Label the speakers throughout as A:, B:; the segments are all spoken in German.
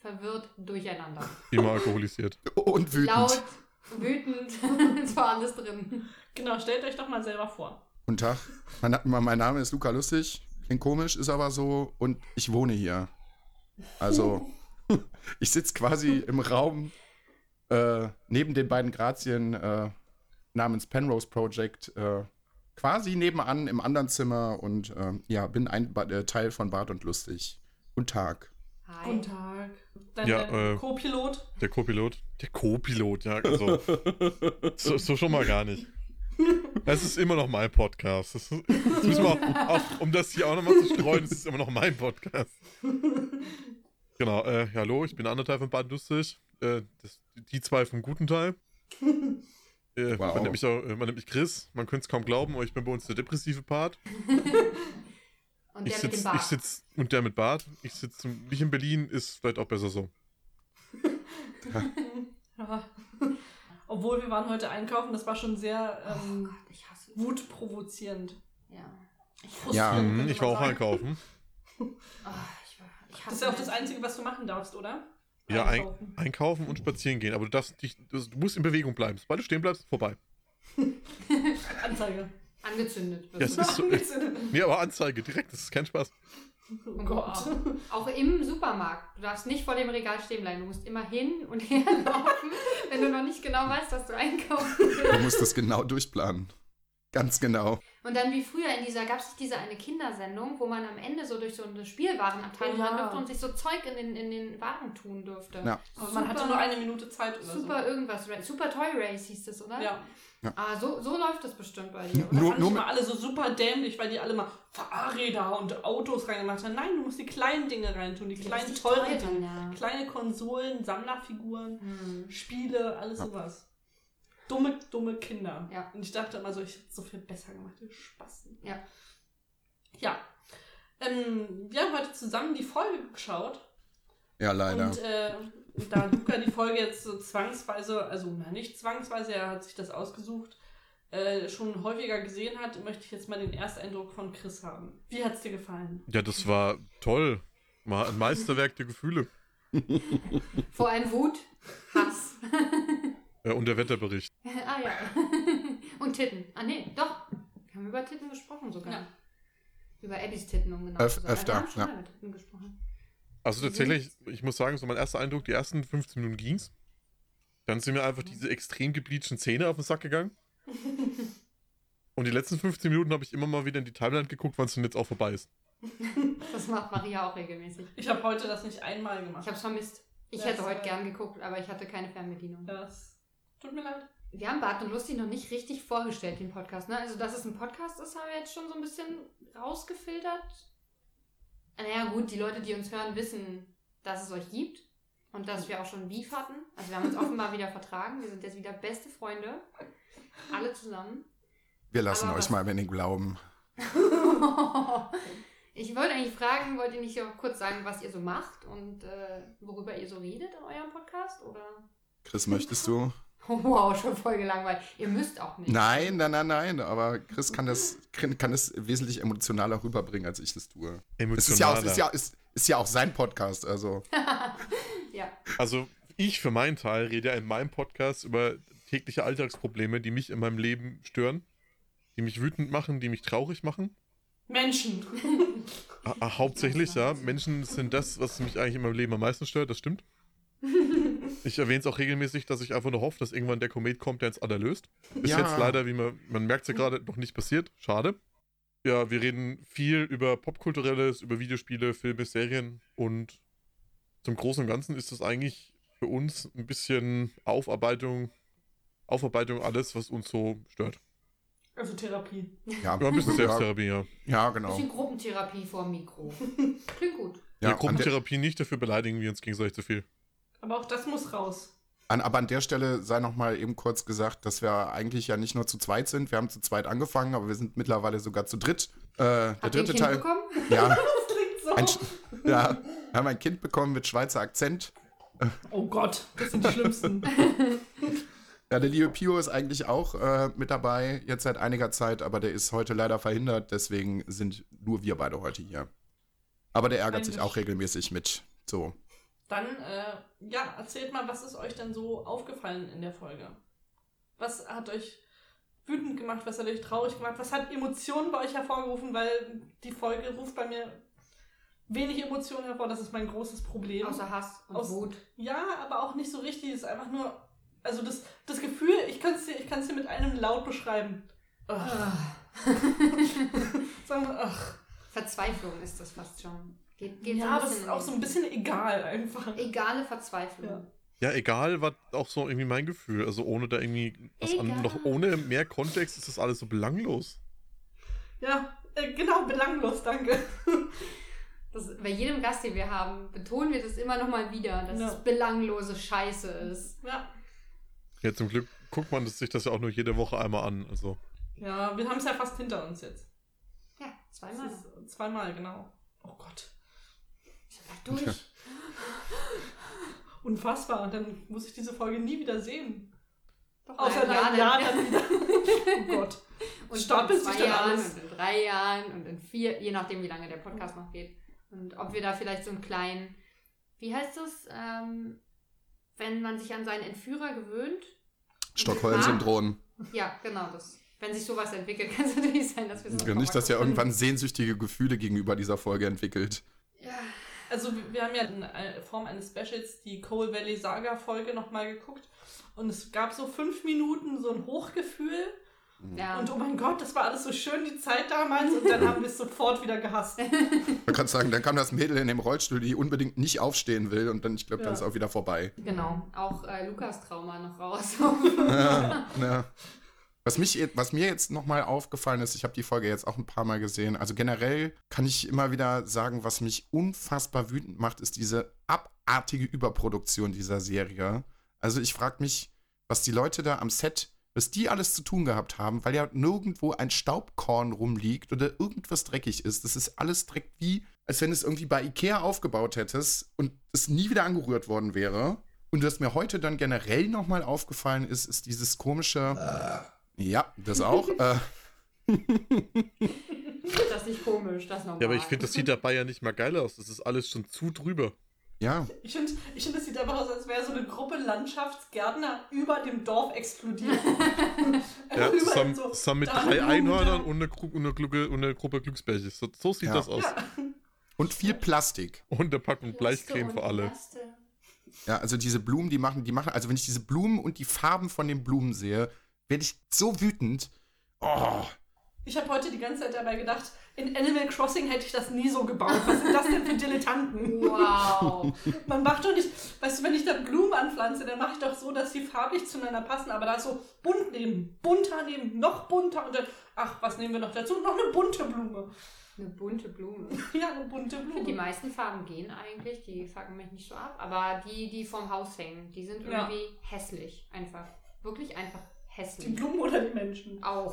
A: verwirrt, durcheinander.
B: Immer alkoholisiert.
C: Und
A: Laut,
C: wütend.
A: wütend, es war alles drin.
D: Genau, stellt euch doch mal selber vor.
C: Guten Tag. Mein, Na- mein Name ist Luca Lustig. Klingt komisch, ist aber so. Und ich wohne hier. Also, ich sitze quasi im Raum äh, neben den beiden Grazien äh, namens Penrose Project. Äh, quasi nebenan im anderen Zimmer und ähm, ja, bin ein Ba- äh, Teil von Bart und Lustig. Guten Tag.
A: Hi.
D: Guten Tag. Dein,
B: Ja,
D: dein
B: äh,
D: Co-Pilot.
B: Der Co-Pilot. Der Co-Pilot, ja, also. So, so schon mal gar nicht. Es ist immer noch mein Podcast. Das, ist- das müssen wir auch, auch, um das hier auch nochmal zu streuen, es ist immer noch mein Podcast. Genau, äh, ja, hallo, ich bin der andere Teil von Bad Lustig. Äh, das, die zwei vom guten Teil. Äh,
C: Wow.
B: man, nennt mich auch, äh, man nennt mich Chris, man könnte es kaum glauben, aber ich bin bei uns der depressive Part.
A: Und
B: Ich
A: der mit dem
B: sitz,
A: Bart.
B: ich sitz, und der mit Bart, ich sitze nicht in Berlin, ist vielleicht auch besser so.
D: Ja. Obwohl wir waren heute einkaufen, das war schon sehr
A: Oh
D: ähm,
A: Gott, ich hasse
D: wutprovozierend.
A: Ja.
C: Ja,
A: Ah.
D: Frustrierend,
B: Mhm,
D: könnte
B: ich
D: man
B: war auch
D: sagen.
B: einkaufen.
A: Oh, ich, ich hasse
D: Das ist ja auch das Einzige, was du machen darfst, oder?
B: Ja, ein,
D: Einkaufen.
B: einkaufen und spazieren gehen, aber du, darfst dich, du du musst in Bewegung bleiben. Sobald du stehen bleibst, vorbei.
D: Anzeige.
A: Angezündet
B: Ja, es
A: wird. Oh
B: ist so,
D: Jetzt in-
B: nee, aber Anzeige direkt, das ist kein Spaß.
D: oh Gott.
A: Auch im Supermarkt. Du darfst nicht vor dem Regal stehen bleiben. Du musst immer hin und her laufen, wenn du noch nicht genau weißt, was du einkaufst.
C: Du musst das genau durchplanen. Ganz genau.
A: Und dann wie früher in dieser, gab es nicht diese eine Kindersendung, wo man am Ende so durch so eine Spielwarenabteilung
D: Ja.
A: ja. durfte und sich so Zeug in den, in den Waren tun durfte.
C: Ja.
D: Aber man hatte nur eine Minute Zeit oder
A: Super irgendwas, Ra- Super Toy Race hieß das, oder?
D: so. Ja.
A: Ah, so, so läuft das bestimmt bei dir, oder?
C: Nur-
D: Nur, fand
C: nur
D: ich
C: mit-
D: immer alle so super dämlich, weil die alle mal Fahrräder und Autos reingemacht haben. Nein, du musst die kleinen Dinge reintun, die kleinen
A: Richtig
D: teuren
A: teuren,
D: Dinge.
A: ja.
D: Kleine Konsolen, Sammlerfiguren,
A: Hm.
D: Spiele, alles
C: Ja.
D: sowas. Dumme, dumme Kinder.
A: Ja.
D: Und ich dachte immer so, ich hätte so viel besser gemacht, ihr Spasten.
A: Ja.
D: Ja. Ähm, wir haben heute zusammen die Folge geschaut.
C: Ja, leider.
D: Und äh, da Luca die Folge jetzt so zwangsweise, also na, nicht zwangsweise, er hat sich das ausgesucht, äh, schon häufiger gesehen hat, möchte ich jetzt mal den Ersteindruck von Chris haben. Wie hat's dir gefallen?
B: Ja, das war toll. Mal ein Meisterwerk der Gefühle.
A: Vor allem Wut, Hass.
B: Äh, und der Wetterbericht.
A: ah ja. Und Titten. Ah nee, doch. Wir haben über Titten gesprochen sogar.
D: Ja.
A: Über Eddies Titten, um genau
C: Öf-
A: zu sein.
C: öfter,
A: wir haben schon
C: ja.
A: mal über Titten gesprochen.
B: Also tatsächlich, ich muss sagen, so mein erster Eindruck, die ersten 15 Minuten ging's. Dann sind mir einfach diese extrem gebleachten Zähne auf den Sack gegangen. Und die letzten 15 Minuten habe ich immer mal wieder in die Timeline geguckt, wann es denn jetzt auch vorbei ist.
A: Das macht Maria auch regelmäßig.
D: Ich habe heute das nicht einmal
A: Ich
D: gemacht.
A: hab's vermisst. Ich
D: Ja,
A: hätte
D: das
A: heute
D: war-
A: gern geguckt, aber ich hatte keine Fernbedienung.
D: Das tut mir leid.
A: Wir haben Bart und Lustig noch nicht richtig vorgestellt, den Podcast. Ne? Also, dass es ein Podcast ist, haben wir jetzt schon so ein bisschen rausgefiltert. Naja, gut, die Leute, die uns hören, wissen, dass es euch gibt und dass wir auch schon Beef hatten. Also, wir haben uns offenbar wieder vertragen. Wir sind jetzt wieder beste Freunde. Alle zusammen.
C: Wir lassen
A: aber
C: euch
A: was-
C: mal, wenn ihr glauben.
A: Ich wollte eigentlich fragen, wollt ihr nicht auch kurz sagen, was ihr so macht und äh, worüber ihr so redet in eurem Podcast? Oder?
C: Chris, möchtest du?
A: Wow, schon voll gelangweilt. Ihr müsst auch nicht.
C: Nein, nein, nein, nein. Aber Chris kann das, kann das wesentlich emotionaler rüberbringen, als ich das tue. Es ist ja auch,
B: Emotionaler.
C: ist ja, ist, ist ja auch sein Podcast, also.
A: Ja.
B: Also ich für meinen Teil rede ja in meinem Podcast über tägliche Alltagsprobleme, die mich in meinem Leben stören, die mich wütend machen, die mich traurig machen.
D: Menschen.
B: Ah, ah, hauptsächlich, ja. Menschen sind das, was mich eigentlich in meinem Leben am meisten stört, das stimmt. Ich erwähne es auch regelmäßig, dass ich einfach nur hoffe, dass irgendwann der Komet kommt, der uns alle löst. Ist
C: Ja.
B: jetzt leider, wie man, man merkt es ja gerade, noch nicht passiert. Schade. Ja, wir reden viel über Popkulturelles, über Videospiele, Filme, Serien und zum Großen und Ganzen ist das eigentlich für uns ein bisschen Aufarbeitung, Aufarbeitung alles, was uns so stört.
D: Also Therapie.
C: Ja,
B: Ja, ein bisschen
C: ja,
B: Selbsttherapie, ja.
C: ja
A: Ein
C: genau.
A: bisschen Gruppentherapie vor dem Mikro. Klingt gut.
B: ja
C: Ja, an der,
B: Gruppentherapie nicht, dafür beleidigen wir uns gegenseitig zu viel.
D: Aber auch das muss raus.
C: An, aber an der Stelle sei noch mal eben kurz gesagt, dass wir eigentlich ja nicht nur zu zweit sind. Wir haben zu zweit angefangen, aber wir sind mittlerweile sogar zu dritt. Äh, der
A: Habt ihr ein
C: dritte
A: Kind
C: Teil.
A: bekommen?
C: Ja,
D: Das klingt so.
C: ein, Sch- ja, wir haben ein Kind bekommen mit Schweizer Akzent.
D: oh Gott, das sind die Schlimmsten.
C: Ja, der liebe Pio ist eigentlich auch äh, mit dabei, jetzt seit einiger Zeit, aber der ist heute leider verhindert, deswegen sind nur wir beide heute hier. Aber der ärgert sich
D: Mensch.
C: auch regelmäßig mit. So.
D: Dann, äh, ja, erzählt mal, was ist euch denn so aufgefallen in der Folge? Was hat euch wütend gemacht? Was hat euch traurig gemacht? Was hat Emotionen bei euch hervorgerufen? Weil die Folge ruft bei mir wenig Emotionen hervor. Das ist mein großes Problem.
A: Außer Hass und
D: Aus-
A: Wut.
D: ja, aber auch nicht so richtig. Es ist einfach nur, also das, das Gefühl, ich kann es dir, ich kann's dir mit einem Laut beschreiben. Ugh. Sagen wir, ach.
A: Verzweiflung ist das fast schon. Geht, geht
D: Ja, aber es
A: bisschen
D: ist
A: in
D: auch
A: die-
D: so ein bisschen egal einfach.
A: Egale Verzweiflung.
B: Ja, egal, war auch so irgendwie mein Gefühl. Also ohne da irgendwie was an,
A: Egal.
B: noch ohne mehr Kontext ist das alles so belanglos.
D: Ja, äh, genau, belanglos, danke.
A: Das, bei jedem Gast, den wir haben, betonen wir das immer nochmal wieder, dass
D: Ja.
A: es belanglose Scheiße ist.
D: Ja.
B: Ja, zum Glück guckt man das, sich das ja auch nur jede Woche einmal an. Also,
D: Ja, wir haben es ja fast hinter uns jetzt.
A: Ja,
D: Das
A: zweimal.
D: ist zweimal, genau. Oh Gott.
A: Ich hab da durch.
D: Unfassbar. Und dann muss ich diese Folge nie wieder sehen.
A: Doch,
D: Außer in
A: in
D: einem
A: einem
D: Jahr
A: Jahr
D: dann wieder. Oh Gott.
A: Und
D: Stapelt
A: in
D: sich
A: zwei
D: dann
A: Jahren
D: alles.
A: und in drei Jahren und in vier, je nachdem, wie lange der Podcast noch geht. Und ob wir da vielleicht so einen kleinen, wie heißt das, ähm, wenn man sich an seinen Entführer gewöhnt?
C: Stockholm-Syndrom.
A: Ja, genau das. Wenn sich sowas entwickelt, kann es natürlich sein, dass wir so
C: Nicht, dass er irgendwann sehnsüchtige Gefühle gegenüber dieser Folge entwickelt.
A: Ja,
D: Also wir- wir haben ja in äh, Form eines Specials die Coal Valley Saga Folge nochmal geguckt. Und es gab so fünf Minuten so ein Hochgefühl.
A: ja.
D: Und oh mein Gott, das war alles so schön, die Zeit damals. Und dann haben wir es sofort wieder gehasst.
C: Man kann sagen, dann kam das Mädel in dem Rollstuhl, die unbedingt nicht aufstehen will und dann, ich glaube, dann
D: Ja.
C: ist auch wieder vorbei.
A: genau. Auch äh, Lukas Trauma noch raus.
C: Ja, ja. Was, mich, je- was mir jetzt nochmal aufgefallen ist, ich habe die Folge jetzt auch ein paar Mal gesehen. Also generell kann ich immer wieder sagen, was mich unfassbar wütend macht, ist diese abartige Überproduktion dieser Serie. Also ich frage mich, was die Leute da am Set, was die alles zu tun gehabt haben, weil ja nirgendwo ein Staubkorn rumliegt oder irgendwas dreckig ist. Das ist alles direkt wie, als wenn es irgendwie bei Ikea aufgebaut hättest und es nie wieder angerührt worden wäre. Und was mir heute dann generell nochmal aufgefallen ist, ist dieses komische. Ja, das auch. äh,
A: das ist nicht komisch, das ist normal.
B: ja, aber ich finde, das sieht dabei ja nicht mal geil aus. Das ist alles schon zu drüber.
C: ja,
D: Ich finde, ich find, das sieht einfach aus, als wäre so eine Gruppe Landschaftsgärtner über dem Dorf explodiert.
B: Ja,
D: Überall
B: zusammen,
D: so,
B: zusammen mit
D: da
B: drei
D: Blumen, da-
B: Einhörnern und einer Gru- und einer Glucke- und einer Gruppe Glücksbärchen. So, so sieht
C: Ja.
B: das aus.
C: und viel Plastik.
B: Und eine Packung Bleichcreme für alle.
C: Ja, also diese Blumen, die machen, die machen, also wenn ich diese Blumen und die Farben von den Blumen sehe, werde ich so wütend. Oh,
D: Ich habe heute die ganze Zeit dabei gedacht, in Animal Crossing hätte ich das nie so gebaut. Was sind das denn für Dilettanten?
A: Wow.
D: Man macht doch nicht, weißt du, wenn ich da Blumen anpflanze, dann mache ich doch so, dass die farblich zueinander passen, aber da ist so bunt neben, bunter neben, noch bunter und dann, ach, was nehmen wir noch dazu? Noch eine bunte Blume.
A: Eine bunte Blume.
D: Ja, eine bunte
A: Ich finde, die
D: Blume.
A: meisten Farben gehen eigentlich, die fucken mich nicht so ab. Aber die, die vom Haus hängen, die sind
D: Ja.
A: irgendwie hässlich. Einfach. Wirklich einfach
D: Die
A: hässlich.
D: Blumen oder die Menschen?
A: Auch.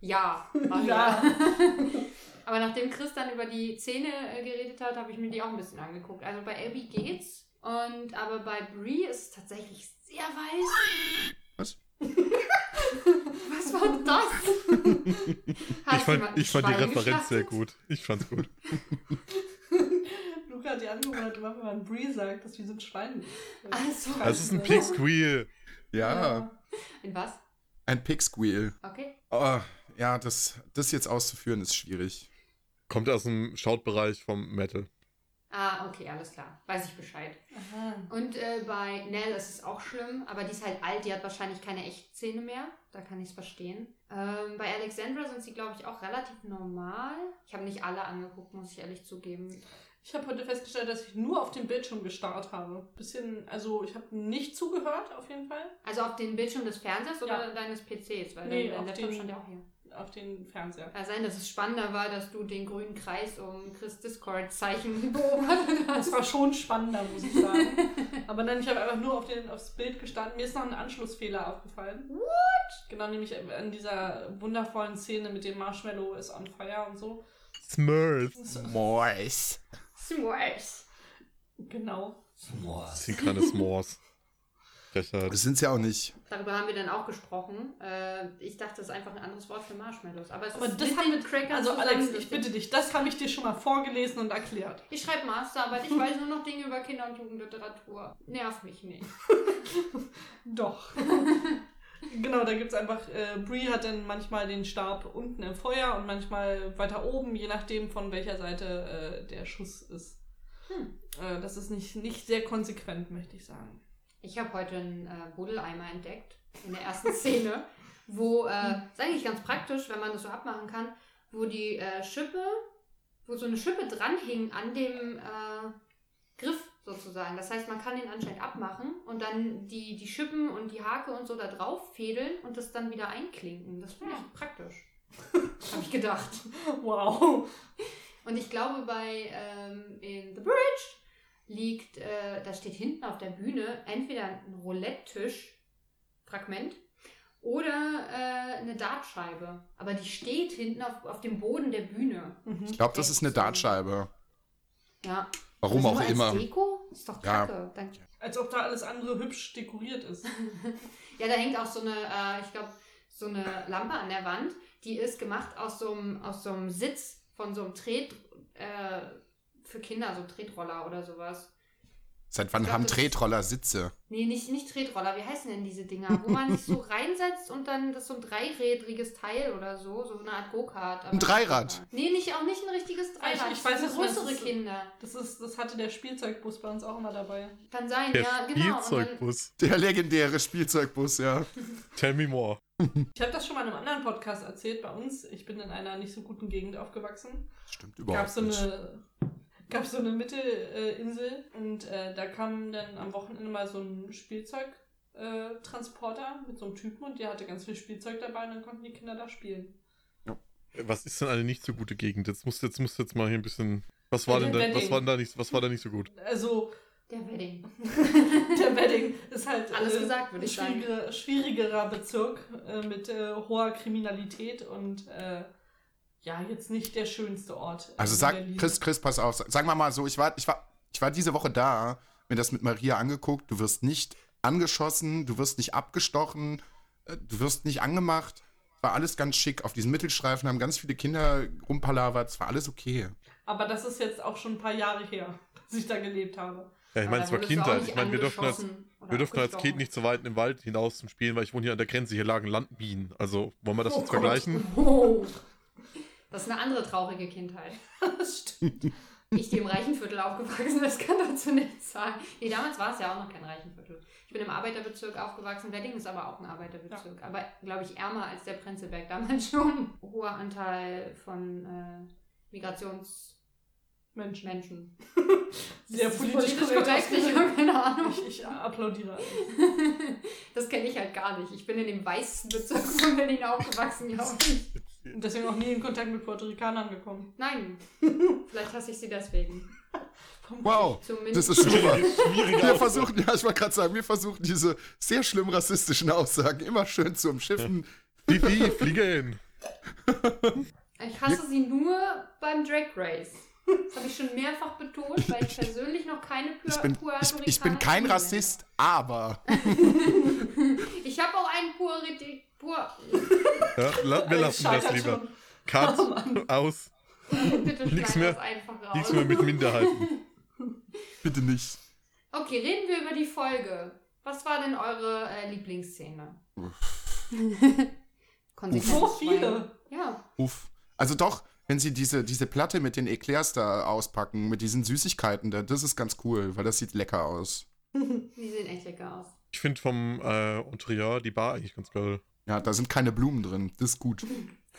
A: ja, Maria.
D: Ja.
A: Aber nachdem Chris dann über die Szene äh, geredet hat, habe ich mir die auch ein bisschen angeguckt. Also bei Abby geht's. Und aber bei Brie ist es tatsächlich sehr weiß.
C: Was?
A: Was war das? Hat
B: Ich fand,
A: jemand
B: ich fand
A: ein
B: die
A: Schwein
B: Referenz sehr
A: geschlachtet?
B: gut. Ich fand's gut.
D: Luca hat die angewundert, wenn man Bree sagt, dass wir sind Schweine.
A: Also,
B: Das ist ein Pig Squeal.
C: ja,
A: In was?
C: ein Pig-Squeal.
A: Okay.
C: Oh, ja, das, das jetzt auszuführen ist schwierig.
B: Kommt aus dem Schautbereich vom Metal.
A: Ah, okay, alles klar. Weiß ich Bescheid.
D: Aha.
A: Und äh, bei Nell ist es auch schlimm, aber die ist halt alt, die hat wahrscheinlich keine Echtszene mehr. Da kann ich es verstehen. Ähm, bei Alexandra sind sie, glaube ich, auch relativ normal. Ich habe nicht alle angeguckt, muss ich ehrlich zugeben.
D: Ich habe heute festgestellt, dass ich nur auf dem Bildschirm gestarrt habe. Bisschen, also ich habe nicht zugehört auf jeden Fall.
A: Also auf den Bildschirm des Fernsehers oder
D: Ja.
A: deines PCs, weil
D: Nee,
A: dein
D: auf
A: dein Laptop
D: den-
A: stand ja auch hier.
D: auf den Fernseher.
A: Kann sein, dass es spannender war, dass du den grünen Kreis um Chris Discord-Zeichen beobachtet hast.
D: Das war schon spannender, muss ich sagen. Aber dann, ich habe einfach nur auf den, aufs Bild gestanden. Mir ist noch ein Anschlussfehler aufgefallen. What? Genau, nämlich an dieser wundervollen Szene mit dem Marshmallow is on fire und so.
B: Smurf.
C: Mois.
A: S'mores.
D: Genau.
B: Das sind keine S'mores. Frechheit.
C: Das sind's ja auch nicht.
A: Darüber haben wir dann auch gesprochen. Äh, ich dachte, das ist einfach ein anderes Wort für Marshmallows. Aber es
D: Aber
A: ist
D: das
A: mit
D: haben
A: den Crackers
D: Also Alex, ich
A: zusammengesetzt.
D: bitte dich, das habe ich dir schon mal vorgelesen und erklärt.
A: Ich schreibe Masterarbeit, ich weiß nur noch Dinge über Kinder- und Jugendliteratur. Nerv mich nicht.
D: Doch. genau, da gibt es einfach, äh, Brie hat dann manchmal den Stab unten im Feuer und manchmal weiter oben, je nachdem von welcher Seite äh, der Schuss ist.
A: Hm.
D: Äh, das ist nicht, nicht sehr konsequent, möchte ich sagen.
A: Ich habe heute einen äh, Buddeleimer entdeckt, in der ersten Szene, wo, äh, ist eigentlich ganz praktisch, wenn man das so abmachen kann, wo die äh, Schippe, wo so eine Schippe dranhing an dem äh, Griff sozusagen. Das heißt, man kann den anscheinend abmachen und dann die, die Schippen und die Hake und so da drauf fädeln und das dann wieder einklinken. Das finde ich praktisch. habe ich gedacht.
D: Wow.
A: Und ich glaube, bei ähm, in The Bridge liegt, äh, da steht hinten auf der Bühne entweder ein Roulette-Tisch-Fragment oder äh, eine Dartscheibe. Aber die steht hinten auf, auf dem Boden der Bühne.
D: Mhm.
C: Ich glaube, das ist eine Dartscheibe.
A: Ja.
C: Warum
A: Also
C: auch
A: nur als
C: immer.
A: Deko? Ist doch
C: Ja.
A: kacke. Dann,
D: Als ob da alles andere hübsch dekoriert ist.
A: ja, da hängt auch so eine, äh, ich glaube, so eine Lampe an der Wand. Die ist gemacht aus so einem, aus so einem Sitz von so einem Tret äh, für Kinder, so Tretroller oder sowas.
C: Seit wann
A: Ich glaub,
C: haben
A: das-
C: Tretroller Sitze?
A: Nee, nicht, nicht Tretroller. Wie heißen denn diese Dinger? Wo man sich so reinsetzt und dann das ist so ein dreirädriges Teil oder so. So eine Art Go-Kart. aber-
C: Ein Dreirad.
A: Nee, nicht, auch nicht ein richtiges Dreirad.
D: Ich- ich weiß, was
A: das sind
D: du meinst.
A: größere
D: Das ist-
A: Kinder.
D: Das, ist, das hatte der Spielzeugbus bei uns auch immer dabei.
A: Kann sein,
B: Der
A: ja, genau. Und dann,
B: Spielzeugbus.
C: Der legendäre Spielzeugbus, ja.
B: Tell me more.
D: Ich habe das schon mal in einem anderen Podcast erzählt bei uns. Ich bin in einer nicht so guten Gegend aufgewachsen.
C: Stimmt
D: gab
C: überhaupt
D: so
C: nicht.
D: eine gab so eine Mittelinsel äh, Insel und äh, da kam dann am Wochenende mal so ein Spielzeugtransporter äh, Transporter mit so einem Typen und der hatte ganz viel Spielzeug dabei und dann konnten die Kinder da spielen.
B: Was ist denn eine nicht so gute Gegend? Jetzt musst du jetzt, musst du jetzt mal hier ein bisschen. Was war
D: Ja,
B: denn
D: der
B: da, was
D: Wedding.
B: war denn da nicht, was war da nicht so gut?
D: Also
A: der Wedding.
D: der Wedding ist halt
A: Alles
D: äh,
A: gesagt, würde
D: ein
A: ich sagen.
D: schwierigere, schwierigerer Bezirk äh, mit äh, hoher Kriminalität und äh, ja, jetzt nicht der schönste Ort. äh,
C: Also
D: in
C: sag,
D: Berlin.
C: Chris, Chris, pass auf. Sagen wir mal so, ich war, ich war, ich war diese Woche da, mir das mit Maria angeguckt. Du wirst nicht angeschossen, du wirst nicht abgestochen, äh, du wirst nicht angemacht. War alles ganz schick. Auf diesem Mittelstreifen haben ganz viele Kinder rumpalawert. Es war alles okay.
D: Aber das ist jetzt auch schon ein paar Jahre her, dass ich da gelebt habe.
B: Ja, ich meine, es war Kindheit. Ich meine, wir durften als, wir durften als Kind nicht so weit im Wald hinaus zum Spielen, weil ich wohne hier an der Grenze. Hier lagen Landbienen. Also, wollen wir das
D: Oh
B: jetzt
D: Gott.
B: vergleichen?
A: Wow. Oh. Das ist eine andere traurige Kindheit.
D: Das stimmt.
A: ich, die im Reichenviertel aufgewachsen bin, das kann dazu nichts sagen. Nee, damals war es ja auch noch kein Reichenviertel. Ich bin im Arbeiterbezirk aufgewachsen. Wedding ist aber auch ein Arbeiterbezirk. Aber, glaube ich, ärmer als der Prenzlberg damals schon. Hoher Anteil von äh, Migrationsmenschen.
D: Mensch.
A: Ist
D: Sehr
A: das
D: politisch korrekt
A: Ich
D: ausgedrückt.
A: habe keine Ahnung.
D: Ich, ich applaudiere.
A: Das kenne ich halt gar nicht. Ich bin in dem weißesten Bezirk von Berlin aufgewachsen, glaube ich.
D: Und deswegen auch nie in Kontakt mit Puerto Ricanern gekommen.
A: Nein. Vielleicht hasse ich sie deswegen.
C: Wow, das
A: Zumindest.
C: ist super. Wir
B: Schwieriger
C: versuchen, ja, ich wollte gerade sagen, wir versuchen diese sehr schlimm rassistischen Aussagen immer schön zu umschiffen.
B: Wie, wie, Fliegerin.
A: Ich hasse sie nur beim Drag Race. Das habe ich schon mehrfach betont, weil ich persönlich noch keine Pu
C: Ich bin, ich, ich bin kein Rassist, aber
A: Ich habe auch einen Puerite... Puer...
B: Ja, la, wir lassen das
D: scheitert
B: lieber.
D: schon. Oh
B: Cut aus.
A: Bitte
B: Nichts
A: schneid
B: mehr.
A: das einfach raus.
B: Nichts mehr mit Minderheiten.
C: bitte nicht.
A: Okay, reden wir über die Folge. Was war denn eure äh, Lieblingsszene? Konsequent
D: So
A: schweigen.
D: viele.
A: Ja.
C: Uff. Also doch, wenn sie diese, diese Platte mit den Eclairs da auspacken, mit diesen Süßigkeiten, da, das ist ganz cool, weil das sieht lecker aus.
A: Die sehen echt lecker aus.
B: Ich finde vom äh, Interieur die Bar eigentlich ganz geil.
C: Ja, da sind keine Blumen drin, das ist gut.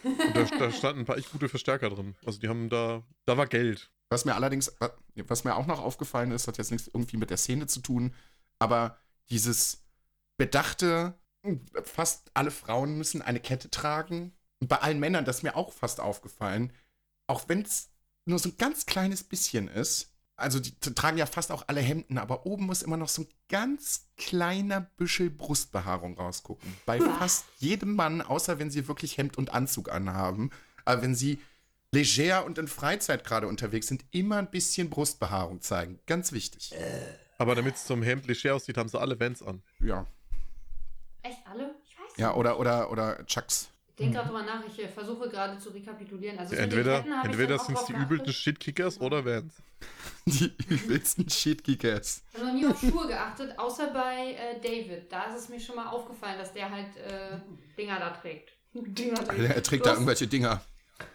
B: Und da, da standen ein paar echt gute Verstärker drin. Also die haben da, da war Geld.
C: Was mir allerdings, wa- was mir auch noch aufgefallen ist, hat jetzt nichts irgendwie mit der Szene zu tun, aber hm, dieses bedachte, fast alle Frauen müssen eine Kette tragen. bei allen Männern, das ist mir auch fast aufgefallen, auch wenn es nur so ein ganz kleines bisschen ist, also die t- tragen ja fast auch alle Hemden, aber oben muss immer noch so ein ganz kleiner Büschel Brustbehaarung rausgucken. Bei fast jedem Mann, außer wenn sie wirklich Hemd und Anzug anhaben, aber wenn sie leger und in Freizeit gerade unterwegs sind, immer ein bisschen Brustbehaarung zeigen. Ganz wichtig.
B: Aber damit es zum Hemd leger aussieht, haben sie alle Vans an.
C: Ja.
A: Echt alle? Ich weiß
C: Ja, Mhm. oder, oder, oder Chucks.
A: Ich denke gerade drüber nach, ich äh, versuche gerade zu rekapitulieren. Also das mit den
B: Entweder,
A: Ketten habe ich
B: entweder
A: dann auch
B: sind es
A: drauf
B: die
A: geachtet.
B: übelsten Shitkickers oder Vans.
C: Die übelsten Shitkickers.
A: Ich habe noch nie auf Schuhe geachtet, außer bei äh, David. Da ist es mir schon mal aufgefallen, dass der halt äh, Dinger da trägt.
D: Ding hat
C: Er trägt da irgendwelche Dinger.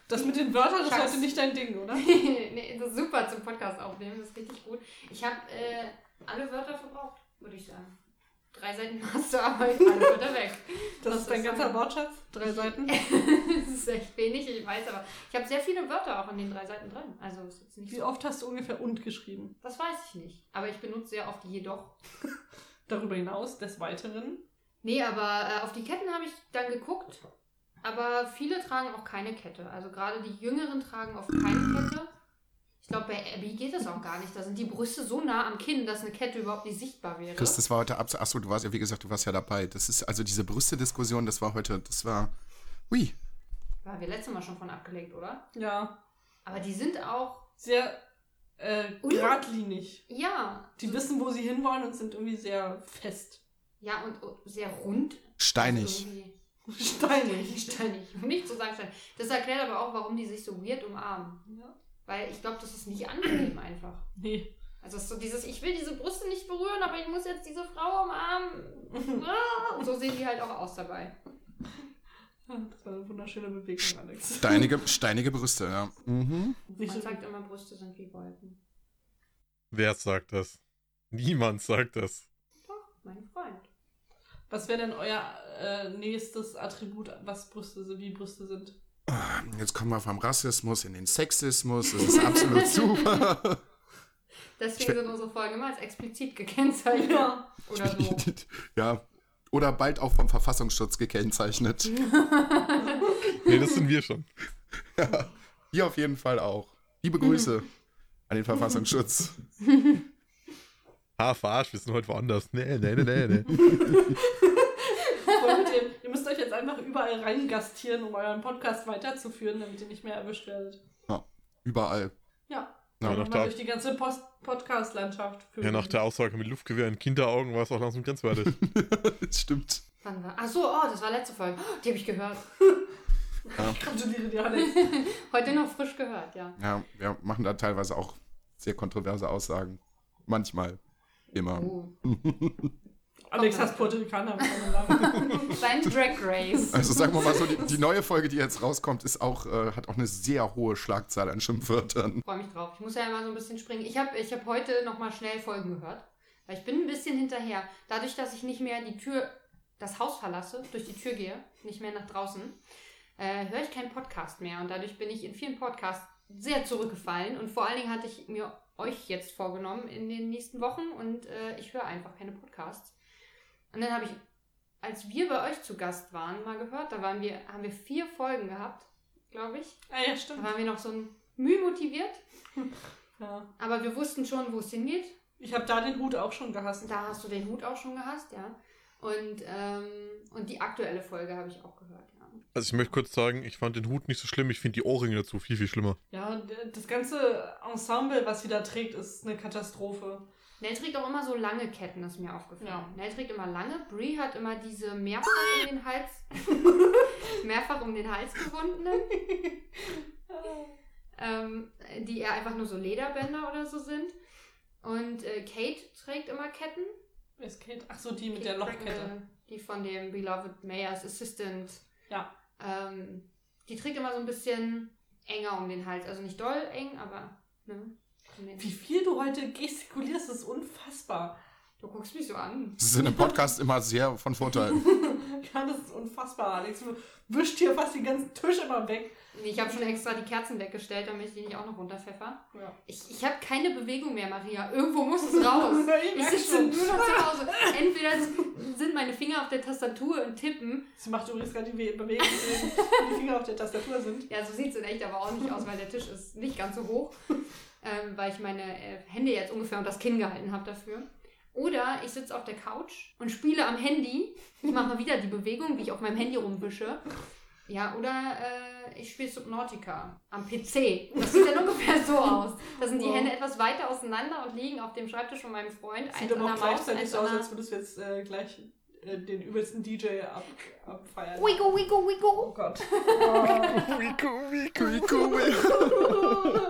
D: Das mit den Wörtern ist
A: Scheiß.
D: heute nicht dein Ding, oder?
A: nee, das ist super zum Podcast aufnehmen, das ist richtig gut. Ich habe äh, alle Wörter verbraucht, würde ich sagen. Drei Seiten Masterarbeit, alle Wörter weg.
D: Das, ist dein ganzer Wortschatz? Drei Seiten?
A: das ist echt wenig, ich weiß, aber ich habe sehr viele Wörter auch in den drei Seiten drin. Also ist jetzt nicht
D: Wie
A: so.
D: oft hast du ungefähr und geschrieben?
A: Das weiß ich nicht. Aber ich benutze sehr oft jedoch.
D: Darüber hinaus, des Weiteren.
A: Nee, aber äh, auf die Ketten habe ich dann geguckt. Aber viele tragen auch keine Kette. Also gerade die Jüngeren tragen oft keine Kette. Ich glaube, bei Abby geht das auch gar nicht. Da sind die Brüste so nah am Kinn, dass eine Kette überhaupt nicht sichtbar wäre.
C: Chris, das war heute absolut. Achso, du warst ja, wie gesagt, du warst ja dabei. Das ist also diese Brüste-Diskussion, das war heute, das war. Ui.
A: Waren wir letztes Mal schon von abgelenkt, oder?
D: Ja.
A: Aber die sind auch,
D: Sehr äh,
A: Ui.
D: geradlinig.
A: ja.
D: Die wissen, wo sie hinwollen und sind irgendwie sehr fest.
A: Ja, und oh, sehr rund. Also
C: Steinig.
A: Irgendwie.
D: Steinig.
A: Steinig. Um nicht zu sagen steinig. Das erklärt aber auch, warum die sich so weird umarmen.
D: Ja.
A: Weil ich glaube, das ist nicht angenehm einfach.
D: Nee.
A: Also es ist so dieses, ich will diese Brüste nicht berühren, aber ich muss jetzt diese Frau umarmen. Ah, und so sehen die halt auch aus dabei.
D: Das war eine wunderschöne Bewegung, Alex.
C: Steinige, steinige Brüste, ja. Mhm.
D: Nicht
A: Man
D: so
A: sagt immer, Brüste sind wie Wolken.
B: Wer sagt das? Niemand sagt das.
A: Mein Freund.
D: Was wäre denn euer äh, nächstes Attribut, was Brüste sind, wie Brüste sind?
C: Jetzt kommen wir vom Rassismus in den Sexismus. Das ist absolut super.
A: Deswegen sind unsere Folgen immer als explizit gekennzeichnet.
D: Ja.
A: Oder so.
C: ja. Oder bald auch vom Verfassungsschutz gekennzeichnet.
B: Nee, das sind wir schon.
C: Hier auf jeden Fall auch. Liebe Grüße an den Verfassungsschutz.
B: Ha, verarsch, wir sind heute woanders. Nee, nee, nee, nee, nee.
D: Voll mit dem, ihr müsst euch jetzt einfach überall reingastieren, um euren Podcast weiterzuführen, damit ihr nicht mehr erwischt werdet.
C: Überall.
D: Ja.
B: Ja,
D: Mal
B: nach der,
D: durch die ganze Post Podcast-Landschaft. führen.
B: ja, nach der Aussage mit Luftgewehr und Kinderaugen war es auch langsam grenzwertig.
C: Das stimmt.
A: Wann war? Ach so, oh, das war letzte Folge. Oh, die habe ich gehört.
D: Ich gratuliere dir, Alex.
A: Heute noch frisch gehört, ja.
C: Ja, wir machen da teilweise auch sehr kontroverse Aussagen. Manchmal. Immer.
A: Oh.
D: Alex hasst Puerto Ricaner. Mann.
A: Sein Drag Race.
C: Also sagen wir mal so, die, die neue Folge, die jetzt rauskommt, ist auch, äh, hat auch eine sehr hohe Schlagzahl an Schimpfwörtern.
A: freue mich drauf. Ich muss ja immer so ein bisschen springen. Ich habe ich hab heute nochmal schnell Folgen gehört, weil ich bin ein bisschen hinterher. Dadurch, dass ich nicht mehr die Tür, das Haus verlasse, durch die Tür gehe, nicht mehr nach draußen, äh, höre ich keinen Podcast mehr. Und dadurch bin ich in vielen Podcasts sehr zurückgefallen. Und vor allen Dingen hatte ich mir euch jetzt vorgenommen in den nächsten Wochen und äh, ich höre einfach keine Podcasts. Und dann habe ich, als wir bei euch zu Gast waren, mal gehört, da waren wir, haben wir vier Folgen gehabt, glaube ich.
D: ah ja,
A: Da
D: stimmt.
A: waren wir noch so ein Mühe motiviert.
D: Ja.
A: Aber wir wussten schon, wo es hingeht.
D: Ich habe da den Hut auch schon gehasst.
A: Da hast du den Hut auch schon gehasst, ja. Und, ähm, und die aktuelle Folge habe ich auch gehört, ja.
B: Also ich möchte kurz sagen, ich fand den Hut nicht so schlimm, ich finde die Ohrringe dazu viel, viel schlimmer.
D: Ja, d- das ganze Ensemble, was sie da trägt, ist eine Katastrophe.
A: Nell trägt auch immer so lange Ketten, ist mir aufgefallen.
D: Ja.
A: Nell trägt immer lange. Brie hat immer diese mehrfach um den Hals, mehrfach um den Hals gewundenen, ähm, die eher einfach nur so Lederbänder oder so sind. Und äh, Kate trägt immer Ketten.
D: Wer Ist Kate? Ach so, die mit der Lochkette.
A: Äh, Die von dem Beloved Mayor's Assistant.
D: Ja.
A: Ähm, die trägt immer so ein bisschen enger um den Hals. Also nicht doll eng, aber. Ne? um den-
D: Wie viel du heute gestikulierst, ist unfassbar.
A: Du guckst mich so an.
C: Das ist in einem Podcast immer sehr von Vorteil.
D: rechnen kann, das ist unfassbar, Alex. Du wischt hier fast den ganzen Tisch immer weg.
A: Nee, ich habe schon extra die Kerzen weggestellt, damit ich die nicht auch noch runterpfeffer.
D: Ja.
A: Ich, ich habe keine Bewegung mehr, Maria. Irgendwo muss es raus. Ich sitze nur noch zu Hause. Entweder s- sind meine Finger auf der Tastatur und tippen.
D: Sie macht übrigens gerade die We- Bewegung, wenn die Finger auf der Tastatur sind.
A: Ja, so sieht es in echt aber auch nicht aus, weil der Tisch ist nicht ganz so hoch. Ähm, weil ich meine äh, Hände jetzt ungefähr unter das Kinn gehalten habe dafür. Oder ich sitze auf der Couch und spiele am Handy. Ich mache mal wieder die Bewegung, wie ich auf meinem Handy rumwische. Ja, oder äh, ich spiele Subnautica am PC. Das sieht dann ungefähr so aus. Da sind die
D: Wow.
A: Hände etwas weiter auseinander und liegen auf dem Schreibtisch von meinem Freund.
D: Sieht aber auch gleichzeitig
A: eins
D: so
A: an
D: aus,
A: der-
D: als würdest du jetzt äh, gleich äh, den übelsten DJ ab, abfeiern.
A: Wiggle, wiggle, wiggle.
D: Oh Gott.
B: Rico, Rico.
C: Cool,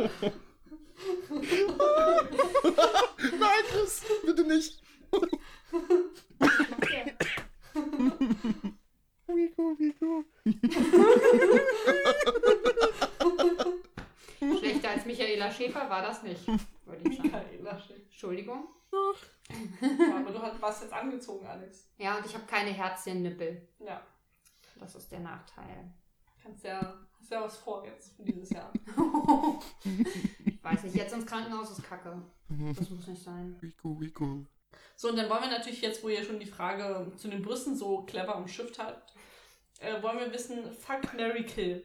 C: cool. Nein, Chris, bitte nicht.
A: Okay.
B: Rico, Rico.
A: Schlechter als Michaela Schäfer war das nicht, würde ich sagen.
D: Michaela, schön.
A: Entschuldigung.
D: Ja, aber du hast- warst jetzt angezogen, Alex.
A: Ja, und ich habe keine Herzchennippel.
D: Ja.
A: Das ist der Nachteil.
D: Kannst ja, hast ja was vor jetzt für dieses Jahr.
A: ich weiß nicht, jetzt ins Krankenhaus ist Kacke. Das muss nicht sein.
C: Rico, Rico.
D: So, und dann wollen wir natürlich jetzt, wo ihr schon die Frage zu den Brüsten so clever umschifft habt, äh, wollen wir wissen, fuck, Mary kill.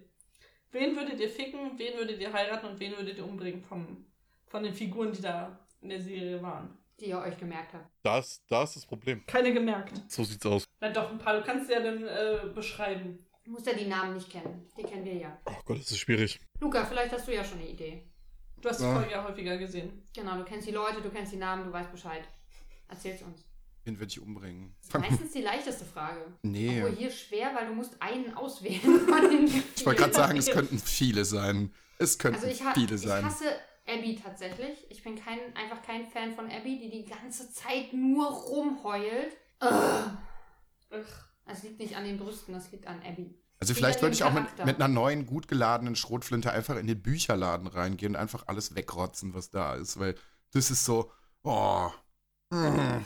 D: Wen würdet ihr ficken, wen würdet ihr heiraten und wen würdet ihr umbringen vom, von den Figuren, die da in der Serie waren?
A: Die ihr euch gemerkt habt.
B: Das, das ist das Problem.
D: Keine gemerkt.
B: So sieht's aus.
D: Na doch, ein paar. Du kannst sie ja dann äh, beschreiben.
A: Du musst ja die Namen nicht kennen. Die kennen wir ja.
B: Oh Gott, das ist schwierig.
A: Luca, vielleicht hast du ja schon eine Idee.
D: Du hast die
C: Ja.
D: Folge ja häufiger gesehen.
A: Genau, du kennst die Leute, du kennst die Namen, du weißt Bescheid. Erzähl's uns.
C: Den würde ich umbringen.
A: Das ist meistens die leichteste Frage.
C: Nee.
A: Obwohl hier schwer, weil du musst einen auswählen von den
C: Ich wollte gerade sagen, es könnten viele sein. Es könnten
A: Also ich, ha
C: viele
A: ich
C: sein.
A: hasse Abby tatsächlich. Ich bin kein, einfach kein Fan von Abby, die die ganze Zeit nur rumheult. Ugh.
D: Ach,
A: Das liegt nicht an den Brüsten, das liegt an Abby.
C: also
A: ich
C: vielleicht
A: liebe
C: würde ich
A: den
C: auch mit,
A: Charakter.
C: mit einer neuen, gut geladenen Schrotflinte einfach in den Bücherladen reingehen und einfach alles wegrotzen, was da ist, weil das ist so. Oh. Mm.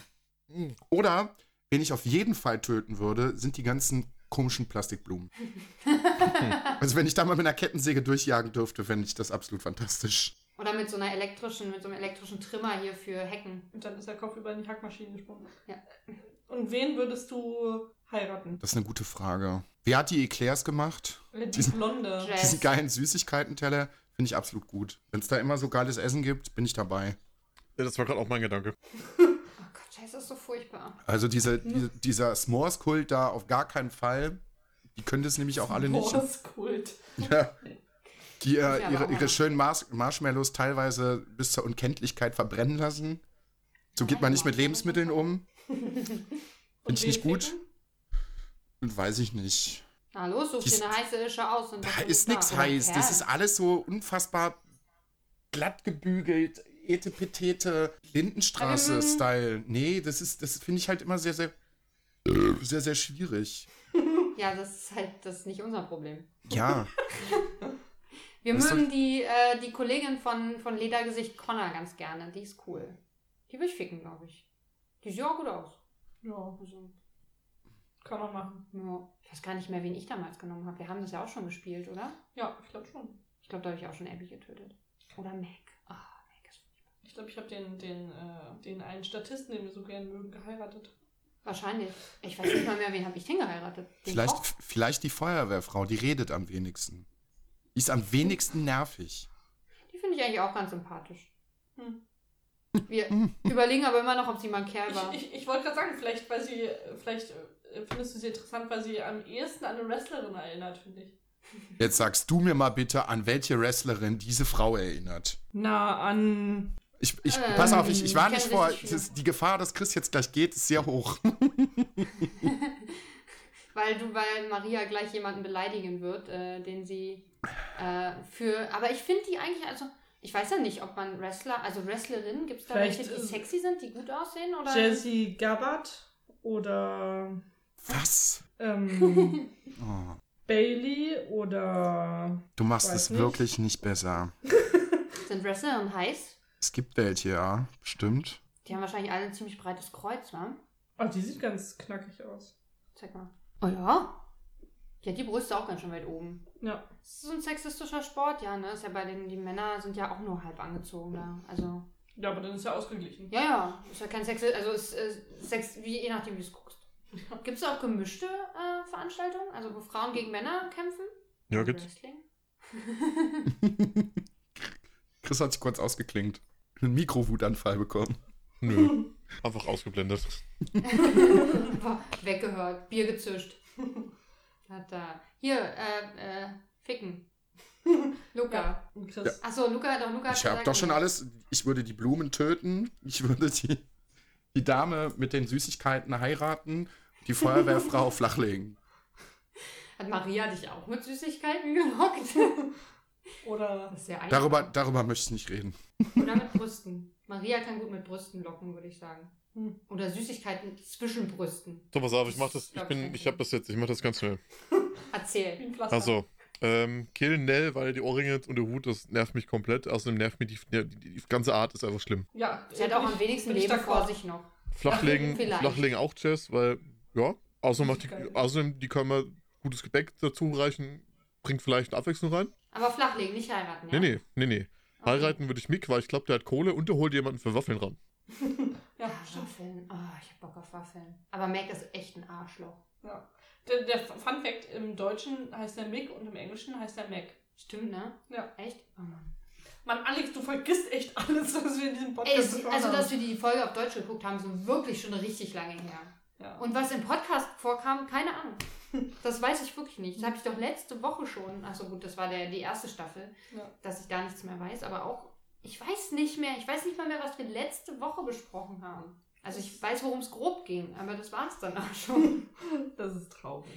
C: Oder, wen ich auf jeden Fall töten würde, sind die ganzen komischen Plastikblumen. also wenn ich da mal mit einer Kettensäge durchjagen dürfte, fände ich das absolut fantastisch.
A: Oder mit so einer elektrischen, mit so einem elektrischen Trimmer hier für Hecken.
D: und dann ist der Kopf über in die Hackmaschine gesprungen.
A: Ja.
D: Und wen würdest du heiraten? Äh,
C: Das ist eine gute Frage. Wer hat die Eclairs gemacht?
D: Die Blonde.
A: Jazz.
C: Diesen geilen Süßigkeitenteller finde ich absolut gut. Wenn es da immer so geiles Essen gibt, bin ich dabei.
B: Ja, das war gerade auch mein Gedanke.
A: Oh Gott, Jazz ist so furchtbar.
C: Also diese, die, dieser S'mores-Kult da auf gar keinen Fall. Die können das nämlich auch alle nicht.
D: Horst-Kult.
C: Ja. Die
A: Ja,
C: äh,
A: aber auch
C: ihre,
A: mal.
C: ihre schönen Mars Marshmallows teilweise bis zur Unkenntlichkeit verbrennen lassen. So geht man nicht mit Lebensmitteln um.
D: Und
C: ich nicht
D: wen
C: gut?
D: ficken?
C: Und weiß ich nicht.
A: Na los, such
C: Ist-
A: dir eine heiße Ische aus. Und
C: Da ist nichts heiß. Das ist alles so unfassbar glatt gebügelt, etepetete,
A: Ähm.
C: Lindenstraße-Style. Nee, das ist, das finde ich halt immer sehr, sehr, sehr, sehr schwierig.
A: Ja, das ist halt das ist nicht unser Problem.
C: Ja,
A: Wir
C: Das ist
A: mögen die, äh, die Kollegin von, von Ledergesicht Connor ganz gerne. Die ist cool. Die will ich ficken, glaube ich. Die sieht auch gut aus.
D: Ja,
A: Also,
D: kann man machen.
A: ja. Ich weiß gar nicht mehr, wen ich damals genommen habe. Wir haben das ja auch schon gespielt, oder?
D: Ja, ich glaube schon.
A: Ich glaube, da habe ich auch schon Abby getötet. Oder Mac. Ah, Mac ist
D: Ich glaube, ich habe den, den, äh, den einen Statisten, den wir so gerne mögen, geheiratet.
A: wahrscheinlich. Ich weiß nicht mal mehr, wen habe ich denn geheiratet? Den
C: vielleicht,
A: Koch?
C: vielleicht die Feuerwehrfrau, die redet am wenigsten. Die ist am wenigsten nervig.
A: Die finde ich eigentlich auch ganz sympathisch.
D: Hm.
A: Wir überlegen aber immer noch, ob sie mal ein Kerl war.
D: Ich, ich, ich wollte gerade sagen, vielleicht, weil sie, vielleicht äh, findest du sie interessant, weil sie am ehesten an eine Wrestlerin erinnert, finde ich.
C: Jetzt sagst du mir mal bitte, an welche Wrestlerin diese Frau erinnert.
D: Na, an.
C: Ich, ich,
A: Ähm,
C: pass auf, ich, ich war
A: ich
C: nicht
A: kenne
C: vor.
A: richtig viele.
C: Das, die Gefahr, dass Chris jetzt gleich geht, ist sehr hoch.
A: Weil du, weil Maria gleich jemanden beleidigen wird, äh, den sie äh, für. Aber ich finde die eigentlich, also ich weiß ja nicht, ob man Wrestler, also Wrestlerinnen, gibt es da
D: Vielleicht äh,
A: welche, die
D: ist-
A: sexy sind, die gut aussehen? Oder?
D: Jessie Gabbard oder
C: Was?
D: ähm,
C: Oh.
D: Bailey oder.
C: Du machst
D: Weiß
C: es
D: nicht.
C: wirklich nicht besser.
A: Sind Wrestlerinnen heiß?
C: Es gibt welche, ja, bestimmt.
D: ah,
A: Die haben wahrscheinlich alle ein ziemlich breites Kreuz, ne?
D: Oh, die sieht ganz knackig aus.
A: Zeig mal. Oh ja. Die hat die Brüste auch ganz schön weit oben.
D: Ja.
A: Das ist so ein sexistischer Sport, ja, ne? Ist ja bei den, die Männer sind ja auch nur halb angezogen da. Also,
D: Ja, aber dann ist ja ausgeglichen.
A: ja, ja. Ist ja kein Sex, also ist äh, Sex, wie, je nachdem, wie du es guckst. Gibt es auch gemischte äh, Veranstaltungen? Also, wo Frauen gegen Männer kämpfen? Also,
B: Ja, gibt's.
A: Wrestling?
C: Chris hat sich kurz ausgeklingt. Einen Mikrohutanfall bekommen.
B: Nö. Einfach ausgeblendet.
A: Boah, Weggehört, Bier gezischt. Hat da. Hier, äh, äh, ficken. Luca.
D: Und Chris.
A: Achso, Luca hat doch Luca. hat
C: Ich habe
A: gesagt,
C: doch schon
A: ja.
C: alles. Ich würde die Blumen töten. Ich würde die, die Dame mit den Süßigkeiten heiraten. Die Feuerwehrfrau flachlegen.
A: Hat Maria dich auch mit Süßigkeiten gelockt?
D: Oder.
A: Das ist ja einfach.
C: Darüber, darüber möchte ich nicht reden.
A: Oder mit Brüsten. Maria kann gut mit Brüsten locken, würde ich sagen.
D: Hm.
A: Oder Süßigkeiten zwischen Brüsten.
B: So, pass auf, ich mach das. Ich bin, ich hab das jetzt, ich mach das ganz schnell.
D: wie
A: Erzähl.
D: ein Pflaster.
B: Also, ähm, Kill Nell, weil die Ohrringe und der Hut, das nervt mich komplett. Außerdem nervt mich die, die, die ganze Art, ist einfach schlimm.
D: Ja. äh,
A: Sie hat auch am wenigsten Leben vor sich noch.
B: Flachlegen,
A: Vielleicht.
B: Flachlegen auch Jazz, weil, ja, außerdem, macht
D: Geil.
B: die, außerdem die können wir gutes Gebäck dazu reichen, bringt vielleicht eine Abwechslung rein.
A: Aber flachlegen, nicht heiraten. Ja?
B: Nee, nee, nee, nee. Heiraten würde ich Mick, weil ich glaube, der hat Kohle und der holt jemanden für Waffeln ran.
D: Ja,
A: Ah,
D: stimmt.
A: Waffeln. Oh, ich hab Bock auf Waffeln. Aber Mac ist echt ein Arschloch.
D: Ja. Der, der Fun Fact: im Deutschen heißt er Mick und im Englischen heißt er Mac.
A: Stimmt, ne?
D: Ja.
A: Echt? Oh Mann.
D: Mann, Alex, du vergisst echt alles, was wir in diesem
A: Ey,
D: Podcast
A: es,
D: besprochen
A: also,
D: haben.
A: dass wir die Folge auf Deutsch geguckt haben, sind wirklich schon richtig lange her.
D: ja.
A: Und was im Podcast vorkam, keine Ahnung. Das weiß ich wirklich nicht. Das habe ich doch letzte Woche schon. Achso, gut, das war der, die erste Staffel,
D: Ja.
A: dass ich da nichts mehr weiß. Aber auch, ich weiß nicht mehr. Ich weiß nicht mal mehr, was wir letzte Woche besprochen haben. Also ich weiß, worum es grob ging, aber das war es dann auch schon.
D: Das ist traurig.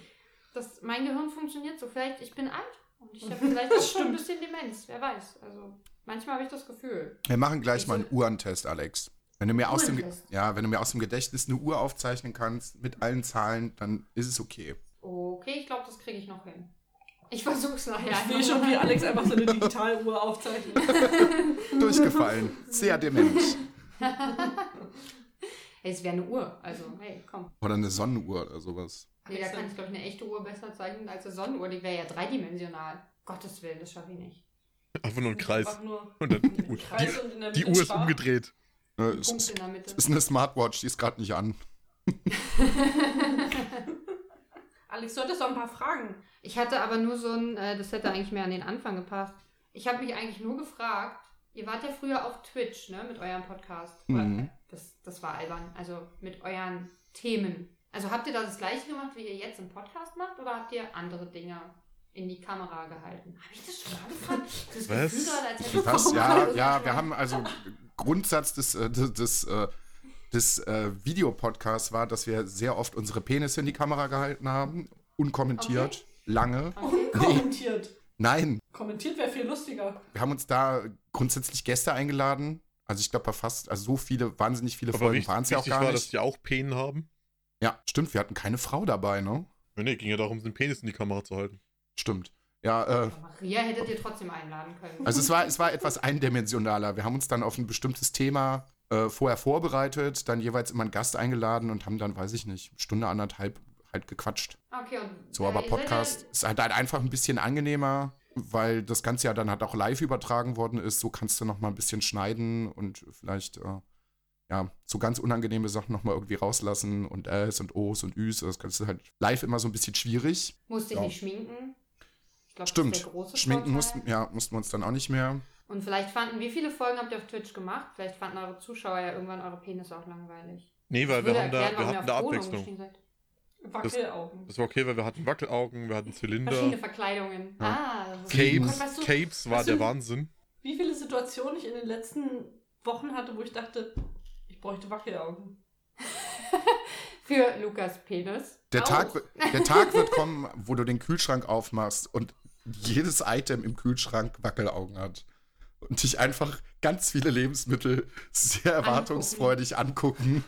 A: Das, mein Gehirn funktioniert so. Vielleicht, ich bin alt und ich habe vielleicht auch schon ein bisschen Demenz. Wer weiß. Also manchmal habe ich das Gefühl.
C: Wir machen gleich
A: Ich
C: mal einen Uhrentest, Alex. Wenn du, mir aus dem, Ge-
A: Uhrentest?
C: ja, wenn du mir aus dem Gedächtnis eine Uhr aufzeichnen kannst mit allen Zahlen, dann ist es okay.
A: Okay, ich glaube, das kriege ich noch hin. Ich versuch's nachher.
D: Ich sehe
A: einfach
D: schon,
A: mal.
D: wie Alex einfach so eine Digitaluhr aufzeichnet.
C: Durchgefallen. Sehr dement.
A: Hey, es wäre eine Uhr. Also,
D: Mhm.
A: hey, komm.
C: Oder eine Sonnenuhr oder sowas.
A: Nee, da kann ich,
D: Excellent.
A: glaube ich, eine echte Uhr besser zeichnen als eine Sonnenuhr. Die wäre ja dreidimensional. Gottes Willen, das schaffe ich nicht.
B: Einfach nur ein Kreis.
D: Einfach nur
B: Und dann die, Uhr-
D: Kreis
B: die,
D: und in der
B: die
D: Mitte
B: Uhr ist
D: Spark.
B: umgedreht.
C: Ne,
A: Ein
C: Es
A: Punkt
C: ist,
A: in der Mitte.
C: es ist eine Smartwatch, die ist gerade nicht an.
D: Alex, du hattest doch ein paar Fragen.
A: Ich hatte aber nur so ein, äh, das hätte eigentlich mehr an den Anfang gepasst. Ich habe mich eigentlich nur gefragt, ihr wart ja früher auf Twitch, ne, mit eurem Podcast.
C: Mhm.
A: Das, das war albern. Also mit euren Themen. Also habt ihr da das gleiche gemacht, wie ihr jetzt im Podcast macht, oder habt ihr andere Dinge in die Kamera gehalten? Habe ich das schon mal gefragt? Das
B: Was?
A: Gefühl gerade, als hätte ich
C: Was?
A: das
C: Ja,
A: schon mal
C: ja,
A: gefragt.
C: wir haben also Grundsatz des, äh, des, des, äh, des äh, Videopodcasts war, dass wir sehr oft unsere Penisse in die Kamera gehalten haben, unkommentiert, lange.
A: Okay.
D: Unkommentiert.
C: Nein,
D: Kommentiert wäre viel lustiger.
C: wir haben uns da grundsätzlich Gäste eingeladen. Also ich glaube, bei fast, also so viele, wahnsinnig viele
B: Aber
C: Folgen
B: wichtig,
C: waren es ja auch
B: wichtig
C: gar
B: war, dass
C: nicht.
B: die auch Penen haben.
C: Ja, stimmt, wir hatten keine Frau dabei, ne?
B: Ja, nee, ging ja darum, den Penis in die Kamera zu halten.
C: Stimmt. Ja, äh,
A: Maria hättet ihr trotzdem einladen können.
C: also es war, es war etwas eindimensionaler. Wir haben uns dann auf ein bestimmtes Thema äh, vorher vorbereitet, dann jeweils immer einen Gast eingeladen und haben dann, weiß ich nicht, Stunde, anderthalb halt gequatscht.
A: okay, und,
C: So,
A: äh,
C: aber
A: ihr seid
C: Podcast ist halt einfach ein bisschen angenehmer, weil das Ganze ja dann halt auch live übertragen worden ist. So kannst du noch mal ein bisschen schneiden und vielleicht äh, ja so ganz unangenehme Sachen noch mal irgendwie rauslassen und Äs und Os und Üs. Das kannst du halt live immer so ein bisschen schwierig.
A: Ja, musste ich
C: Ja.
A: nicht schminken. Ich glaub, Das ist
C: Stimmt.
A: der große
C: Schminken
A: Vorteil.
C: mussten, ja, mussten wir uns dann auch nicht mehr.
A: Und vielleicht fanden, wie viele Folgen habt ihr auf Twitch gemacht? Vielleicht fanden eure Zuschauer ja irgendwann eure Penisse auch langweilig.
B: Nee, weil wir haben da, wir hatten da Abwechslung.
D: Wackelaugen.
B: Das war okay, weil wir hatten Wackelaugen, wir hatten
A: Verschiedene
B: Zylinder.
A: Verkleidungen.
C: Ja.
A: Ah, das ist-
B: Capes,
A: Gott, weißt du,
B: Capes war
D: hast du-
B: der Wahnsinn.
D: Wie viele Situationen ich in den letzten Wochen hatte, wo ich dachte, ich bräuchte Wackelaugen.
A: Für Lukas Penis. Oh.
C: Der
A: Auch.
C: Tag, wi- der Tag wird kommen, wo du den Kühlschrank aufmachst und jedes Item im Kühlschrank Wackelaugen hat. Und dich einfach ganz viele Lebensmittel sehr erwartungsfreudig angucken.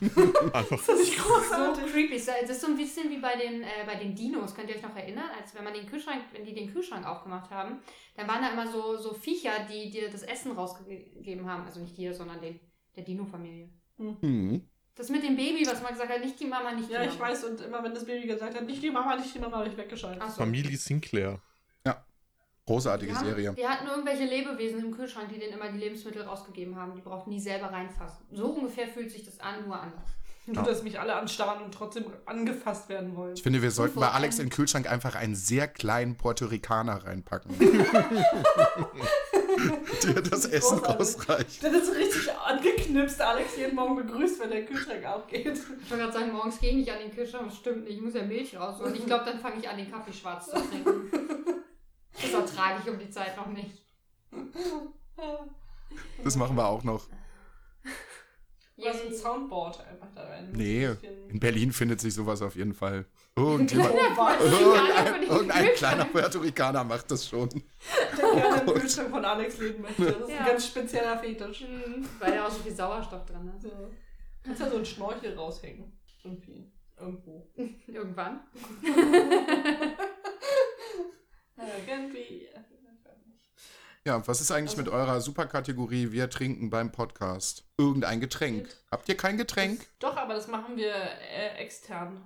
B: Einfach.
D: Das ist
A: so
D: großartig.
A: creepy. So, Das ist so ein bisschen wie bei den, äh, bei den Dinos, könnt ihr euch noch erinnern, als wenn man den Kühlschrank, wenn die den Kühlschrank aufgemacht haben, dann waren da immer so, so Viecher, die dir das Essen rausgegeben haben. Also nicht dir, sondern den, der Dino-Familie.
C: Hm.
A: Das mit dem Baby, was man gesagt hat, nicht die Mama, nicht die
D: Ja,
A: Mama.
D: ich weiß, und immer wenn das Baby gesagt hat, nicht die Mama, nicht die Mama, habe ich weggeschaltet.
A: Ach so.
B: Familie Sinclair.
C: Großartige
A: Die, haben,
C: Serie.
A: die hatten irgendwelche Lebewesen im Kühlschrank, die denen immer die Lebensmittel rausgegeben haben. Die brauchten nie selber reinfassen. So ungefähr fühlt sich das an, nur anders.
D: Nur, dass mich alle anstarren und trotzdem angefasst werden wollen.
C: Ich finde, wir sollten bei
A: Vor allem-
C: Alex in den Kühlschrank einfach einen sehr kleinen Puerto Ricaner reinpacken. der das Essen
D: Großartig.
C: ausreicht.
D: Das ist so richtig angeknipst, Alex jeden Morgen begrüßt, wenn der Kühlschrank aufgeht.
A: Ich wollte gerade sagen, morgens gehe ich nicht an den Kühlschrank. Das stimmt nicht, ich muss ja Milch rausholen. Ich glaube, dann fange ich an, den Kaffee schwarz zu trinken. Das ertrage ich um die Zeit noch nicht.
C: Das machen wir auch noch.
D: Oder so ein
A: Yay.
D: Soundboard einfach da rein.
C: Nee,
D: Ein bisschen-
C: in Berlin findet sich sowas auf jeden Fall. Irgendjemand,
D: Oh, was?
C: irgendein,
A: für den
C: irgendein
A: Kühlschrank.
C: kleiner Puerto Ricaner macht das schon.
D: Der gerne im Kühlschrank von Alex leben möchte. Das ist
A: Ja.
D: ein ganz spezieller Fetisch.
A: Mhm, Weil da auch so viel Sauerstoff drin ist.
D: So. Kannst ja so einen Schnorchel raushängen. Irgendwie. Irgendwo.
A: Irgendwann.
D: Ja, irgendwie.
C: Ja, was ist eigentlich
D: Also-
C: mit eurer Superkategorie Wir trinken beim Podcast? Irgendein Getränk. Habt ihr kein Getränk?
D: Doch, aber das machen wir äh, extern.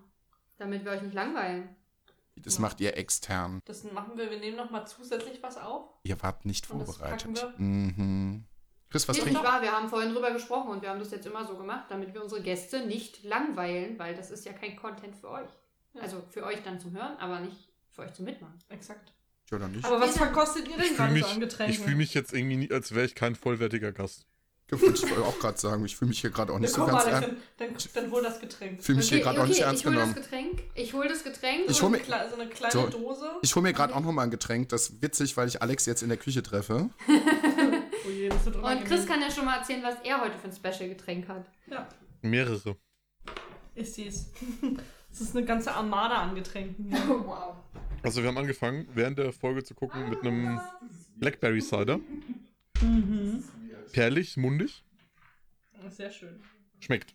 A: Damit wir euch nicht langweilen.
C: Das macht ihr extern.
D: Das machen wir. Wir nehmen nochmal zusätzlich was auf.
C: Ihr wart nicht
D: Und das
C: vorbereitet.
D: packen
C: Mhm. Chris, was
A: Was
C: trinkt
A: nicht wahr, wir haben vorhin drüber gesprochen und wir haben das jetzt immer so gemacht, damit wir unsere Gäste nicht langweilen, weil das ist ja kein Content für euch.
D: Ja.
A: Also für euch dann zum Hören, aber nicht für euch zum Mitmachen.
D: Exakt.
C: ihr oder nicht?
D: Aber was verkostet ihr
B: Ich
D: denn
B: fühle
D: gerade so an
B: mich,
D: Getränken?
B: ich fühl mich jetzt irgendwie, nie, als wäre ich kein vollwertiger Gast.
C: Ich wollte auch gerade sagen, ich fühle mich hier gerade auch
D: Na,
C: nicht so
D: guck
C: ganz
D: mal,
C: ernst.
D: dann, dann, dann hol das Getränk.
C: Ich fühle mich hier gerade auch nicht ernst
A: ich hole das
C: genommen.
A: Getränk. Ich hole das Getränk.
C: Ich
D: So
C: hol
A: und-
D: eine
C: mir-
D: kle- so eine kleine
C: so.
D: Dose.
C: Ich hole mir gerade auch nochmal ein Getränk. Das ist witzig, weil ich Alex jetzt in der Küche treffe.
D: Oh je, das wird
A: und Chris
D: unangenehm.
A: kann ja schon mal erzählen, was er heute für ein Special-Getränk hat.
D: Ja,
B: Mehrere.
D: ich sehe es. Es ist eine ganze Armada an Getränken. hier.
A: Oh, wow.
B: Also wir haben angefangen, während der Folge zu gucken mit einem Blackberry Cider.
A: Mhm.
B: Perlig, mundig,
D: Das ist Sehr schön.
B: schmeckt.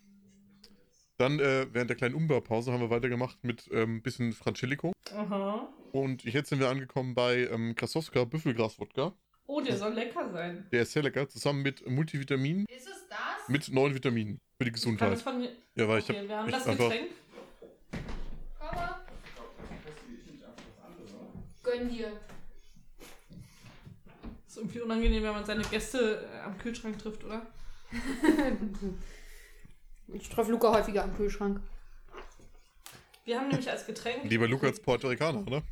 B: Dann äh, während der kleinen Umbaupause haben wir weitergemacht mit ein ähm, bisschen Frangelico.
D: Aha.
B: Und jetzt sind wir angekommen bei ähm, Krasowska Büffelgras-Wodka.
D: Oh, der soll lecker sein.
B: Der ist sehr lecker, zusammen mit Multivitamin,
A: Ist es das?
B: mit neuen Vitaminen für die
D: Kann das
B: Gesundheit.
D: von mir.
B: Ja, weil ich
D: Okay, wir
B: hab
D: haben
B: mich
D: das
B: einfach-
D: Getränk.
A: Komm mal. Gönn dir.
D: Ist irgendwie unangenehm, wenn man seine Gäste äh, am Kühlschrank trifft, oder?
A: Ich treffe Luca häufiger am Kühlschrank.
D: Wir haben nämlich als Getränk.
B: Lieber Lukas Puerto Ricaner, ne?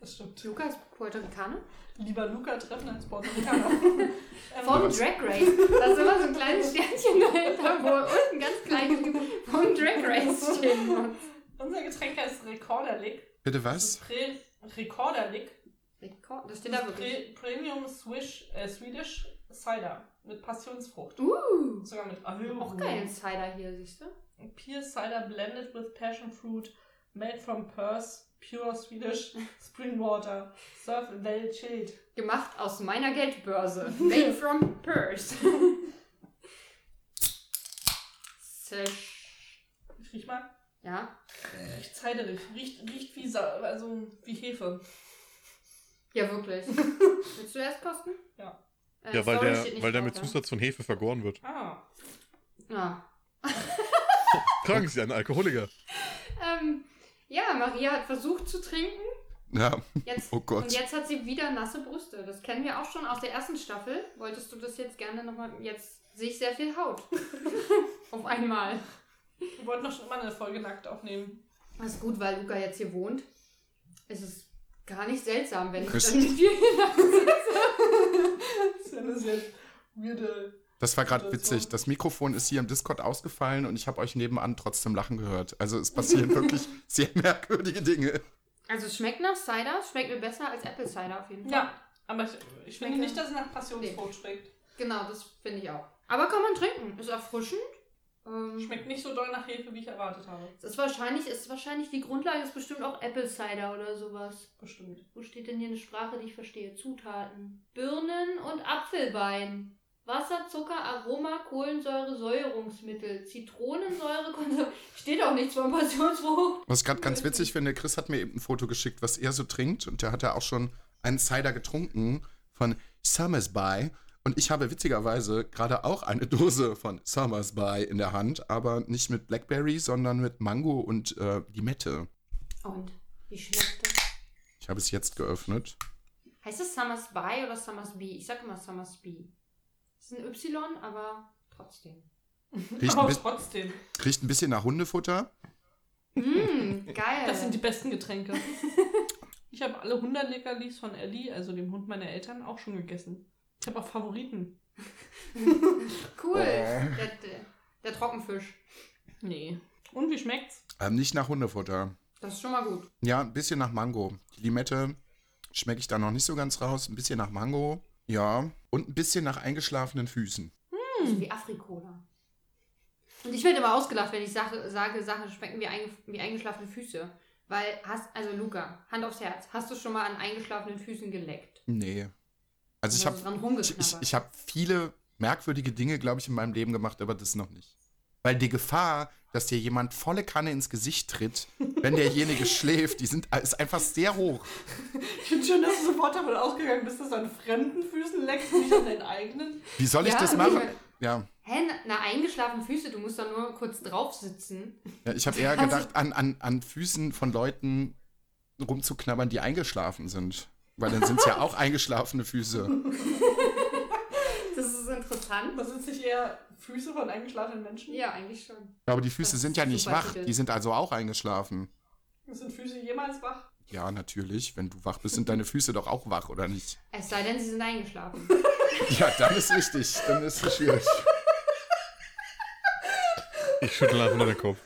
D: Das stimmt.
A: Luca ist Puerto Ricaner?
D: Lieber Luca treffen als Puerto Ricaner. Ähm,
A: Vom Drag Race. Da ist immer so ein kleines Sternchen dahinter, wo unten ganz kleines vom Drag Race stehen muss.
D: Unser Getränk heißt Recorderlick.
C: Bitte
D: Das
C: was?
D: ist Pre Recorderlick.
A: Rekord- Das steht
D: Das
A: da
D: ist
A: wirklich.
D: Pre Premium Swish, äh, Swedish Cider mit Passionsfrucht.
A: Uh,
D: Sogar mit Ahorn.
A: auch geil Cider hier, siehst du?
D: Pear Cider blended with passion fruit, made from pears, pure Swedish spring water. Serve well chilled.
A: Gemacht aus meiner Geldbörse. Made from Purse. Sesh.
D: Ich riech mal.
A: Ja.
D: Riecht ciderig. Riecht, riecht wie, Sa also wie Hefe.
A: Ja, wirklich. Willst du erst kosten?
D: Ja.
A: Äh,
B: Ja, weil
A: sorry, steht
B: der,
A: nicht
B: weil der
A: drauf,
B: mit
A: ja.
B: Zusatz von Hefe vergoren wird.
D: Ah.
A: Ja.
B: Tragen Sie einen Alkoholiker.
A: Ähm, ja, Maria hat versucht zu trinken.
C: Ja,
A: Jetzt
C: oh
A: Und
C: Gott.
A: jetzt hat sie wieder nasse Brüste. Das kennen wir auch schon aus der ersten Staffel. Wolltest du das jetzt gerne nochmal. Jetzt sehe ich sehr viel Haut. Auf einmal.
D: Wir wollten doch schon immer eine Folge nackt aufnehmen.
A: Das ist gut, weil Luca jetzt hier wohnt. Es ist gar nicht seltsam, wenn ich
C: Ist-
A: dann mit dir hier
D: Das ist ja eine sehr weirde.
C: Das war gerade witzig. Das Mikrofon ist hier im Discord ausgefallen und ich habe euch nebenan trotzdem lachen gehört. Also es passieren wirklich sehr merkwürdige Dinge.
A: Also es schmeckt nach Cider, es schmeckt mir besser als Apple Cider auf jeden Fall.
D: Ja, aber ich, ich finde
A: Lecker.
D: nicht, dass es nach Passionsfrucht schmeckt.
A: Genau, das finde ich auch. Aber kann man trinken. Ist erfrischend. Ähm,
D: Schmeckt nicht so doll nach Hefe, wie ich erwartet habe.
A: Es ist wahrscheinlich, es ist wahrscheinlich die Grundlage, ist bestimmt auch Apple Cider oder sowas.
D: Bestimmt.
A: Wo steht denn hier eine Sprache, die ich verstehe? Zutaten. Birnen und Apfelbein. Wasser, Zucker, Aroma, Kohlensäure, Säuerungsmittel, Zitronensäure, Konser Steht auch nichts von Passionsfrucht.
C: Was ich gerade ganz witzig finde, Chris hat mir eben ein Foto geschickt, was er so trinkt. Und der hat ja auch schon einen Cider getrunken von Summersby. Und ich habe witzigerweise gerade auch eine Dose von Summer's By in der Hand, aber nicht mit Blackberry, sondern mit Mango und äh, Limette.
A: Und wie schmeckt das?
C: Ich habe es jetzt geöffnet.
A: Heißt das Summer's By oder Summer's Bee? Ich sag immer Summer's Bee. Das ist ein Y, aber trotzdem.
C: Riecht ein,
D: Aber
C: bi-
D: trotzdem,
C: riecht ein bisschen nach Hundefutter.
A: Mm, geil.
D: das sind die besten Getränke. Ich habe alle 100 Leckerlis von Ellie, also dem Hund meiner Eltern, auch schon gegessen. Ich habe auch Favoriten.
A: cool.
C: Äh.
A: Der, der, der Trockenfisch.
D: Nee. Und wie schmeckt's?
C: Ähm, nicht nach Hundefutter.
A: Das ist schon mal
D: Mm.
A: gut.
C: Ja, ein bisschen nach Mango. Die Limette schmecke ich da noch nicht so ganz raus. Ein bisschen nach Mango. Ja. Und ein bisschen nach eingeschlafenen Füßen.
A: Das ist wie Afrikola. Und ich werde immer ausgelacht, wenn ich Sache, sage, Sachen schmecken wie, einge, wie eingeschlafene Füße. Weil, hast, also Luca, Hand aufs Herz, hast du schon mal an eingeschlafenen Füßen geleckt?
C: Nee. Also ich
A: Oder
C: habe
A: dran
C: ich, ich,
A: rumgeknabbert.
C: ich hab viele merkwürdige Dinge, glaube ich, in meinem Leben gemacht, aber das noch nicht. Weil die Gefahr, dass dir jemand volle Kanne ins Gesicht tritt, wenn derjenige schläft, die sind, ist einfach sehr hoch.
D: Ich finde schön, dass du sofort davon ausgegangen bist, dass du an fremden Füßen leckst, nicht an deinen eigenen.
C: Wie soll ich
A: Ja,
C: das
A: ich
C: machen?
A: mein-
C: Ja,
A: Hä, na, na, eingeschlafene Füße, du musst da nur kurz drauf sitzen.
C: ja ich habe eher
A: Also
C: gedacht, an, an, an Füßen von Leuten rumzuknabbern, die eingeschlafen sind. Weil dann sind es ja auch eingeschlafene Füße.
A: Das ist interessant.
D: Das sind nicht eher Füße von eingeschlafenen Menschen?
A: Ja, eigentlich schon.
C: Aber die Füße
A: Das
C: sind ja
A: ist
C: nicht
A: super
C: wach,
A: Titel.
C: die sind also auch eingeschlafen.
D: Sind Füße jemals wach?
C: Ja, natürlich. Wenn du wach bist, sind deine Füße doch auch wach, oder nicht?
A: Es sei denn, sie sind eingeschlafen.
C: Ja, dann ist richtig. Dann ist es schwierig.
B: Ich schüttel einfach nur den Kopf.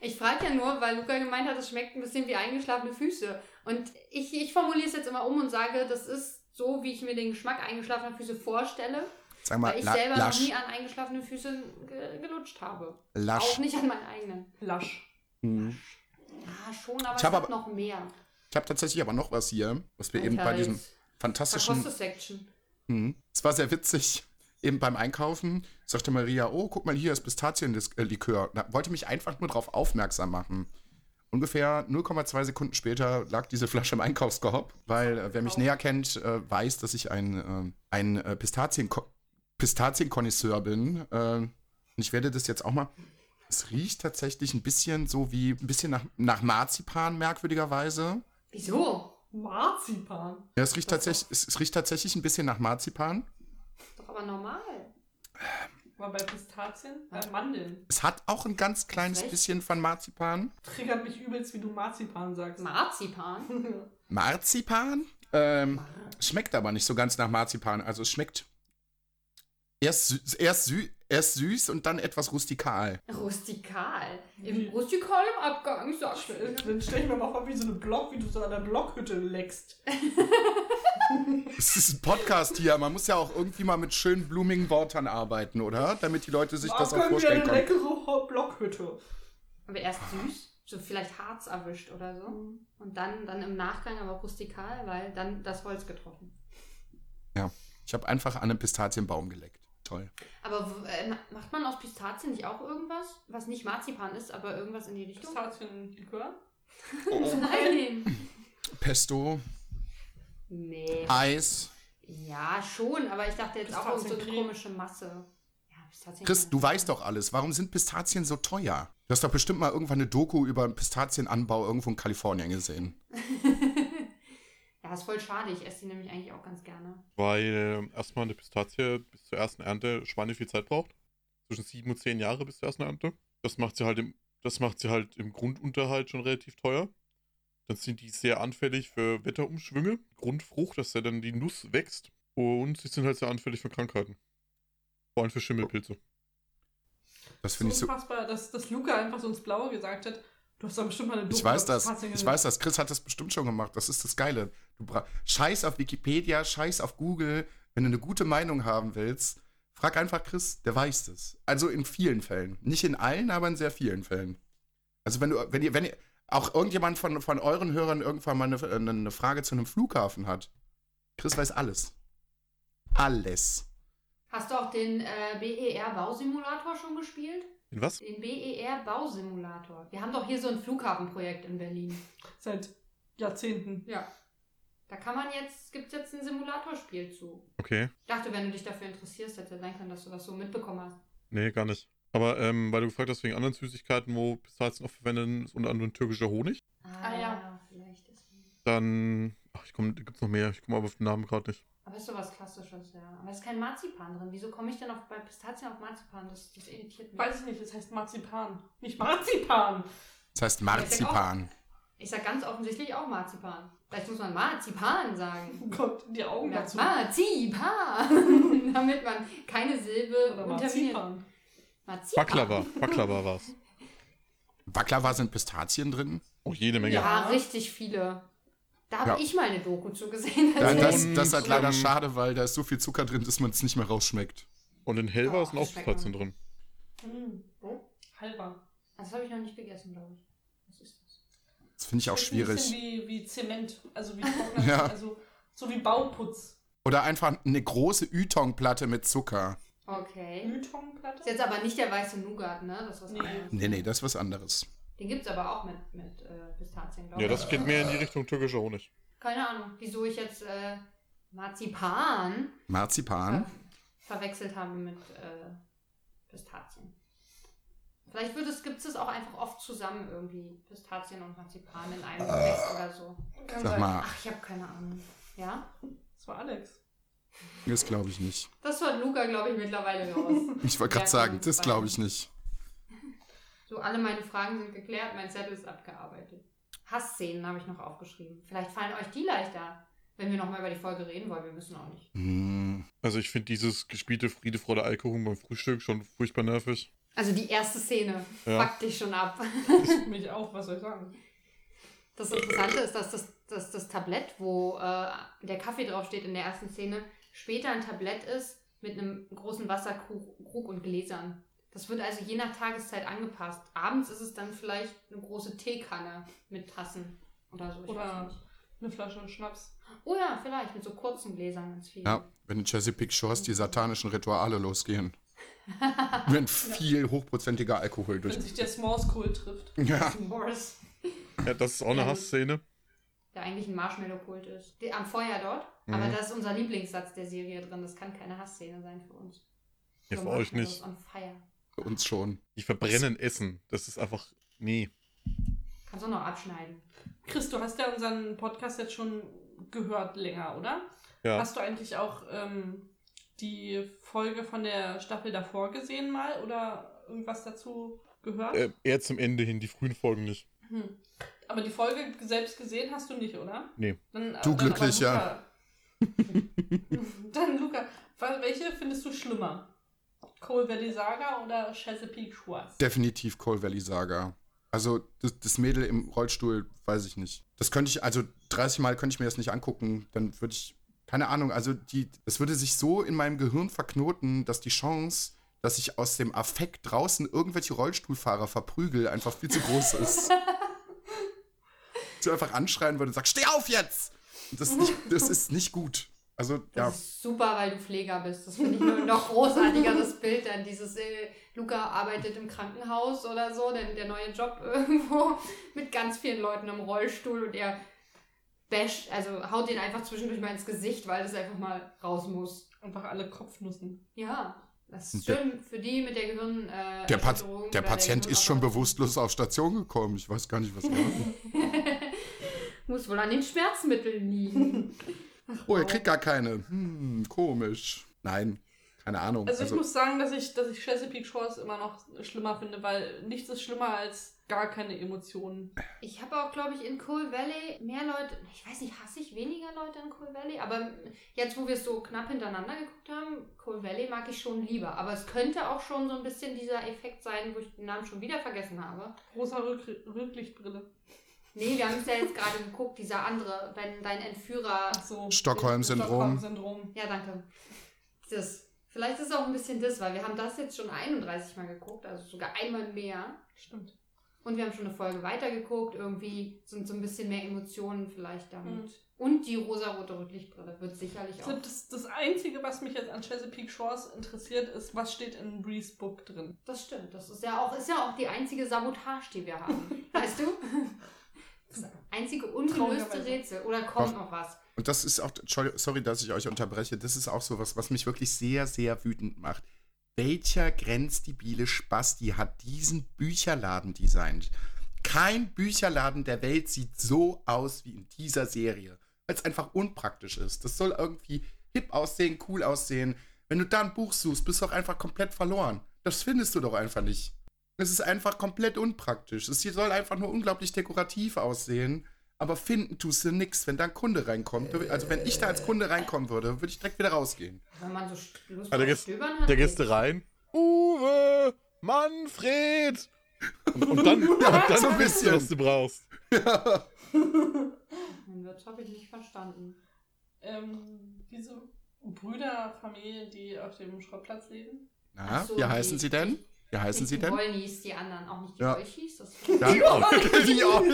A: Ich frage ja nur, weil Luca gemeint hat, es schmeckt ein bisschen wie eingeschlafene Füße. Und ich, ich formuliere es jetzt immer um und sage, das ist so, wie ich mir den Geschmack eingeschlafener Füße vorstelle,
C: Sag mal,
A: weil ich
C: la-
A: selber noch
C: lasch.
A: nie an eingeschlafenen Füßen ge gelutscht habe. Auch
C: Lasch.
A: nicht an meinen eigenen.
D: Lasch.
A: Ah,
C: Ich
A: schon, aber ich
C: hab
A: es hat
C: aber-
A: noch mehr.
C: Ich habe tatsächlich aber noch was hier, was
A: Oh,
C: wir eben bei diesem fantastischen.
A: Verkostet-Section.
C: Hm. Es war sehr witzig. Eben beim Einkaufen sagte Maria: Oh, guck mal, hier ist Pistazienlikör. Da wollte mich einfach nur darauf aufmerksam machen. Ungefähr 0,2 Sekunden später lag diese Flasche im Einkaufskorb, weil äh, wer mich näher kennt, äh, weiß, dass ich ein, äh, ein äh, Pistazien Pistazienkonisseur bin. Äh, und ich werde das jetzt auch mal. Es riecht tatsächlich ein bisschen so wie ein bisschen nach, nach Marzipan, merkwürdigerweise.
A: Wieso?
D: Marzipan.
C: Ja, es riecht, tatsächlich, es, es riecht tatsächlich ein bisschen nach Marzipan.
A: Doch aber normal.
D: War bei Pistazien? Bei Mandeln.
C: Es hat auch ein ganz kleines
A: Echt?
C: bisschen von Marzipan.
D: Triggert mich übelst, wie du Marzipan sagst.
A: Marzipan?
C: Marzipan? Ähm, schmeckt aber nicht so ganz nach Marzipan. Also es schmeckt erst, sü erst, sü erst süß und dann etwas rustikal.
A: Rustikal.
D: Wie?
A: Im rustikal im Abgang, ich sag's dir.
D: Dann stell ich mir mal vor, wie so eine Block, wie du so an der Blockhütte leckst.
C: Es ist ein Podcast hier. Man muss ja auch irgendwie mal mit schönen, blumigen Wörtern arbeiten, oder? Damit die Leute sich das auch
D: können wir
C: vorstellen
D: eine
C: können.
D: leckere Ho- Blockhütte.
A: Aber erst süß, so vielleicht Harz erwischt oder so. Und dann, dann im Nachgang aber rustikal, weil dann das Holz getroffen.
C: Ja, ich habe einfach an einem Pistazienbaum geleckt. Toll.
A: Aber w- äh, ma- macht man aus Pistazien nicht auch irgendwas, was nicht Marzipan ist, aber irgendwas in die Richtung?
D: Pistazienlikör?
C: Oh,
A: Nein.
C: Pesto,
A: Nee.
C: Eis.
A: Ja, schon, aber ich dachte jetzt auch irgend so eine
D: Pistaziencreme.
A: komische Masse. Ja, Pistazien.
C: Chris, du weißt doch alles. Warum sind Pistazien so teuer? Du hast doch bestimmt mal irgendwann eine Doku über einen Pistazienanbau irgendwo in Kalifornien gesehen.
A: Ja, ist voll schade. Ich esse die nämlich eigentlich auch ganz gerne.
B: Weil äh, erstmal eine Pistazie bis zur ersten Ernte Schweine viel Zeit braucht. Zwischen sieben und zehn Jahre bis zur ersten Ernte. Das macht sie halt im, das macht sie halt im Grundunterhalt schon relativ teuer. Dann sind die sehr anfällig für Wetterumschwünge. Grundfrucht, dass ja dann die Nuss wächst. Und sie sind halt sehr anfällig für Krankheiten. Vor allem für Schimmelpilze.
C: Das
D: Das
C: finde ich
D: ist
C: so.
D: unfassbar, dass, dass Luca einfach so ins Blaue gesagt hat, du hast doch bestimmt mal eine
C: Ich
D: Doku
C: weiß
D: über
C: das.
D: Pistazien
C: Ich
D: gesehen.
C: weiß das. Chris hat das bestimmt schon gemacht. Das ist das Geile. Du bra- scheiß auf Wikipedia, scheiß auf Google. Wenn du eine gute Meinung haben willst, frag einfach Chris, der weiß es. Also in vielen Fällen. Nicht in allen, aber in sehr vielen Fällen. Also wenn du, wenn ihr, wenn ihr, auch irgendjemand von, von euren Hörern irgendwann mal eine, eine eine Frage zu einem Flughafen hat, Chris weiß alles. Alles.
A: Hast du auch den äh, BER-Bausimulator schon gespielt?
B: In was?
A: Den E BER-Bausimulator. Wir haben doch hier so ein Flughafenprojekt in Berlin.
D: Seit Jahrzehnten.
A: Ja. Da kann man jetzt, gibt es jetzt ein Simulatorspiel zu.
B: Okay.
A: Ich dachte, wenn du dich dafür interessierst, hätte ja sein können, dass du das so mitbekommen hast.
B: Nee, gar nicht. Aber ähm, weil du gefragt hast wegen anderen Süßigkeiten, wo Pistazien oft verwendet sind, ist unter anderem türkischer Honig.
D: Ah, ja.
A: Vielleicht ist
B: Dann, ach, ich komm, da gibt's noch mehr. Ich komme aber auf den Namen gerade nicht.
A: Aber ist sowas Klassisches, ja. Aber es ist kein Marzipan drin. Wieso komme ich denn auf, bei Pistazien auf Marzipan? Das, das irritiert mich.
D: Weiß ich nicht, es heißt Marzipan. Nicht Marzipan!
C: Das heißt Marzipan.
A: Ich sag ganz offensichtlich auch Marzipan. Vielleicht muss man Marzipan sagen.
D: Oh Gott, die Augen
A: Ja,
D: dazu.
A: Marzipan! Damit man keine Silbe
D: Oder
A: unterminiert.
D: Marzipan.
A: Marzipan.
B: Baklava, Baklava war's.
C: Baklava sind Pistazien drin?
B: Oh, jede Menge.
A: Ja,
D: Ja.
A: richtig viele. Da habe
C: Ja.
A: ich mal eine Doku Also zugesehen.
C: Da,
B: Und-
C: das, das ist halt leider
B: ähm,
C: schade, weil da ist so viel Zucker drin, dass man es nicht mehr rausschmeckt.
B: Und in Helva
A: Oh,
B: sind auch
A: schmeckt
B: Pistazien drin.
D: Hm. Halber.
A: das habe ich noch nicht gegessen, glaube ich. Was ist das?
C: Das finde ich auch
D: Schmeckt ein bisschen
C: schwierig.
D: Wie, wie Zement, also wie Trockner,
C: Ja.
D: also so wie Bauputz.
C: Oder einfach eine große Ytong-Platte mit Zucker.
A: Okay.
D: Mülltonplatte?
A: Ist jetzt aber nicht der weiße Nougat, ne? Das ist was
D: Nee.
A: anderes.
C: Nee, nee, das ist was anderes.
A: Den gibt es aber auch mit, mit äh, Pistazien, glaube
B: Ja,
A: ich.
B: das geht mehr in die Richtung türkischer Honig.
A: Keine Ahnung, wieso ich jetzt äh, Marzipan
C: Marzipan.
A: verwechselt habe mit äh, Pistazien. Vielleicht gibt es das auch einfach oft zusammen irgendwie. Pistazien und Marzipan in einem
C: Äh.
A: Gewächs oder so.
D: Kann
C: Sag
D: sein.
C: mal,
A: Ach, ich habe keine Ahnung. Ja?
D: Das war Alex.
C: das glaube ich nicht.
A: Das hört Luca, glaube ich, mittlerweile raus.
C: Ich wollte gerade
A: Ja,
C: sagen,
A: kann
C: das
A: sein.
C: glaube ich nicht.
A: So, alle meine Fragen sind geklärt, mein Zettel ist abgearbeitet. Hassszenen habe ich noch aufgeschrieben. Vielleicht fallen euch die leichter, wenn wir nochmal über die Folge reden wollen. Wir müssen auch nicht.
C: Hm.
B: Also ich finde dieses gespielte Friede, Freude, Eierkuchen beim Frühstück schon furchtbar nervig.
A: Also die erste Szene
B: Ja.
A: fuckt dich schon ab.
D: Mich auch, was soll ich sagen?
A: Das Interessante ist, dass das, dass das Tablett, wo äh, der Kaffee draufsteht in der ersten Szene, später ein Tablett ist mit einem großen Wasserkrug Krug und Gläsern. Das wird also je nach Tageszeit angepasst. Abends ist es dann vielleicht eine große Teekanne mit Tassen oder so. Ich
D: Oder-
A: weiß nicht.
D: Eine Flasche Schnaps.
A: Oh ja, vielleicht mit so kurzen Gläsern ganz viel.
C: Ja, wenn in Jersey Pick Shores die satanischen Rituale losgehen. wenn viel hochprozentiger Alkohol durch.
D: Wenn sich der S'mores Cool trifft.
C: Ja,
A: Morris.
B: Ja, das ist auch eine
A: Ja, gut.
B: Hassszene.
A: Der eigentlich ein Marshmallow-Kult ist. Der- Am Feuer dort. Aber
B: Mhm.
A: das ist unser Lieblingssatz der Serie drin. Das kann keine Hassszene sein für uns.
B: Ja,
A: So
B: für euch
A: Marshmallows
B: nicht.
A: On fire.
C: für uns schon.
B: Die verbrennen Essen. Das ist einfach, nee.
A: Kannst du auch noch abschneiden.
D: Chris, du hast ja unseren Podcast jetzt schon gehört länger, oder?
B: Ja.
D: Hast du eigentlich auch ähm, die Folge von der Staffel davor gesehen mal oder irgendwas dazu gehört?
B: Äh, eher zum Ende hin, die frühen Folgen nicht.
D: Hm. Aber die Folge selbst gesehen hast du nicht, oder?
B: Nee.
D: Dann,
C: Du glücklich,
D: ja. dann Luca, wa- welche findest du schlimmer? Cold Valley Saga oder Chesapeake Shores?
C: Definitiv Coal Valley Saga. Also das, das Mädel im Rollstuhl, weiß ich nicht. Das könnte ich, also 30 Mal könnte ich mir das nicht angucken. Dann würde ich, keine Ahnung, also die, es würde sich so in meinem Gehirn verknoten, dass die Chance, dass ich aus dem Affekt draußen irgendwelche Rollstuhlfahrer verprügel, einfach viel zu groß ist. so einfach anschreien würde und sagt, steh auf jetzt! Und Das, ist nicht, das ist nicht gut. Also,
A: Das
C: ja.
A: ist super, weil du Pfleger bist. Das finde ich nur noch großartigeres Bild dann. Dieses äh, Luca arbeitet im Krankenhaus oder so, denn der neue Job irgendwo mit ganz vielen Leuten im Rollstuhl und er basht, also haut den einfach zwischendurch mal ins Gesicht, weil das einfach mal raus muss.
D: Einfach alle Kopfnussen.
A: Ja, das ist
C: Der-
A: schön für die mit der Gehirn. Äh,
C: Der, Pat
A: Erschütterung oder
C: der Patient ist schon
A: Gehirnapparat.
C: bewusstlos auf Station gekommen. Ich weiß gar nicht, was er macht.
A: Muss wohl an den Schmerzmitteln liegen.
C: Oh, er kriegt gar keine. Hm, komisch. Nein, keine Ahnung.
D: Also,
C: Also,
D: ich muss sagen, dass ich, dass ich Chesapeake Shores immer noch schlimmer finde, weil nichts ist schlimmer als gar keine Emotionen.
A: Ich habe auch, glaube ich, in Coal Valley mehr Leute, ich weiß nicht, hasse ich weniger Leute in Coal Valley, aber jetzt, wo wir es so knapp hintereinander geguckt haben, Coal Valley mag ich schon lieber. Aber es könnte auch schon so ein bisschen dieser Effekt sein, wo ich den Namen schon wieder vergessen habe.
D: Rosa Rück Rücklichtbrille.
A: Nee, wir haben es ja jetzt gerade geguckt, dieser andere, wenn dein Entführer.
D: Ach so.
C: Stockholm-Syndrom.
D: Stockholm-Syndrom.
A: Ja, danke. Das. Vielleicht ist es auch ein bisschen das, weil wir haben das jetzt schon 31 Mal geguckt, also sogar einmal mehr.
D: Stimmt.
A: Und wir haben schon eine Folge weitergeguckt. Irgendwie sind so ein bisschen mehr Emotionen vielleicht damit.
D: Mhm.
A: Und die rosarote Rotlichtbrille wird sicherlich
D: Ich
A: auch.
D: glaub, Also das, das Einzige, was mich jetzt an Chesapeake Shores interessiert, ist, was steht in Brees Book drin.
A: Das stimmt. Das ist ja auch, ist ja auch die einzige Sabotage, die wir haben. weißt du? Das einzige ungelöste
D: Traurigerweise.
A: Rätsel. Oder kommt noch was?
C: Und das ist auch, Entschuldigung, sorry, dass ich euch unterbreche, das ist auch so was, was mich wirklich sehr, sehr wütend macht. Welcher grenzdibile Spasti hat diesen Bücherladen designt? Kein Bücherladen der Welt sieht so aus wie in dieser Serie, weil es einfach unpraktisch ist. Das soll irgendwie hip aussehen, cool aussehen. Wenn du da ein Buch suchst, bist du auch einfach komplett verloren. Das findest du doch einfach nicht. Es ist einfach komplett unpraktisch. Es soll einfach nur unglaublich dekorativ aussehen. Aber finden tust du nix, wenn da ein Kunde reinkommt. Also wenn ich da als Kunde reinkommen würde, würde ich direkt wieder rausgehen.
A: Wenn man so st- Lust
B: Ah, da
A: auf
B: gehst-
A: Stöbern hat.
B: Da gehst du rein. Uwe! Manfred! Und, und dann, und dann
C: So ein
B: bist du,
C: bisschen.
B: was du brauchst.
A: Mein Witz habe ich nicht verstanden.
D: Ähm, diese Brüderfamilie, die auf dem Schrottplatz leben.
C: Na,
A: Ach so,
C: wie
A: die-
C: heißen sie denn? Wie heißen
A: Nicht
C: sie
A: die
C: denn?
A: Wollnies, die anderen, auch nicht die
C: Ja.
A: Olchis. Das
C: Ja, oh. die auch. Die auch.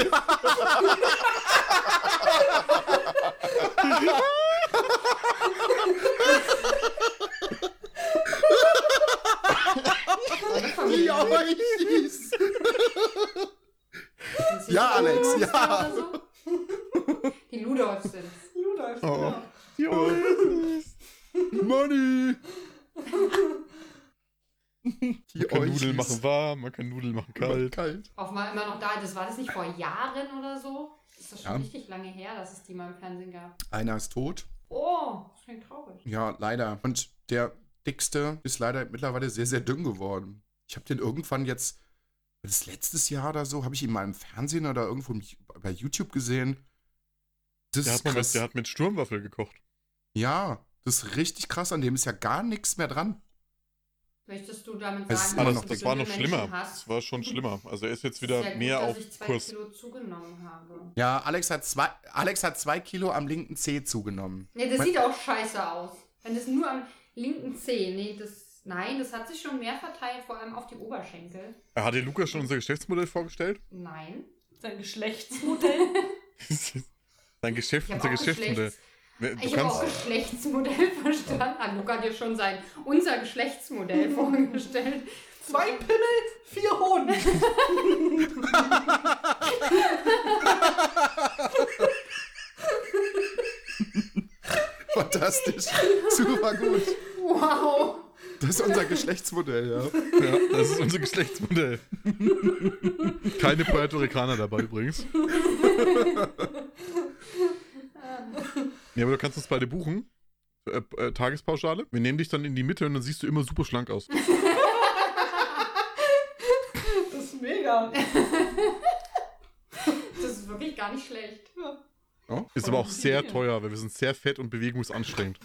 C: Die Olchis.
A: Sind's die
C: Ja, Alex,
A: Ludolfs
C: ja.
A: oder so? Die Ludolfs sind
D: Rudolf,
B: Oh.
D: genau.
C: Money.
B: Man
C: Die
B: kann Nudeln
C: Olchis.
B: machen warm, man kann Nudeln machen kalt.
C: Kalt.
A: offenbar immer noch da. Das war das nicht vor Jahren oder so? Ist das schon
C: Ja.
A: richtig lange her, dass es die mal im Fernsehen gab?
C: Einer ist tot.
A: Oh, das klingt traurig.
C: Ja, leider. Und der dickste ist leider mittlerweile sehr, sehr dünn geworden. Ich habe den irgendwann jetzt, das letztes Jahr oder so, habe ich ihn mal im Fernsehen oder irgendwo im, bei YouTube gesehen. Das ist
B: Der hat, mal
C: krass.
B: mit, der hat mit Sturmwaffel gekocht.
C: ja, das ist richtig krass. An dem ist ja gar nichts mehr dran.
A: Möchtest du damit
C: Es
A: sagen,
C: ist immer
A: dass
C: noch-
A: du
B: das war
A: dünne
B: noch
A: Menschen
B: schlimmer.
A: Hast?
B: Das war schon schlimmer. Also er ist jetzt
A: Ist
B: wieder
A: ja gut,
B: mehr
A: dass
B: auf
A: ich zwei
B: Kurs.
A: Kilo zugenommen habe.
C: Ja, Alex hat zwei, Alex hat zwei Kilo am linken Zeh zugenommen.
A: Nee, das
C: Man-
A: sieht auch scheiße aus. Wenn das nur am linken Zeh, nee, das. Nein, das hat sich schon mehr verteilt, vor allem auf die Oberschenkel.
B: Hat dir Lukas schon unser Geschäftsmodell vorgestellt?
A: Nein.
D: Sein Geschlechtsmodell.
B: Dein Geschäft,
A: Ich habe
B: unser
A: auch,
B: Geschäftsmodell.
A: Geschlechts
B: Wer- Du
A: ich hab auch
B: kannst,
A: Geschlechtsmodell verstanden. Ah, Luca hat dir schon sein unser Geschlechtsmodell vorgestellt.
D: Zwei Pimmel, vier Hoden.
C: Fantastisch. Super gut.
A: Wow.
C: Das ist unser Geschlechtsmodell, ja.
B: ja, das ist unser Geschlechtsmodell. Keine Puerto Ricaner dabei übrigens. Ja, aber du kannst uns beide buchen. Äh, äh, Tagespauschale. Wir nehmen dich dann in die Mitte und dann siehst du immer super schlank aus.
D: Das ist mega.
A: Das ist wirklich gar nicht schlecht.
B: Ist aber auch sehr teuer, weil wir sind sehr fett und bewegungsanstrengend.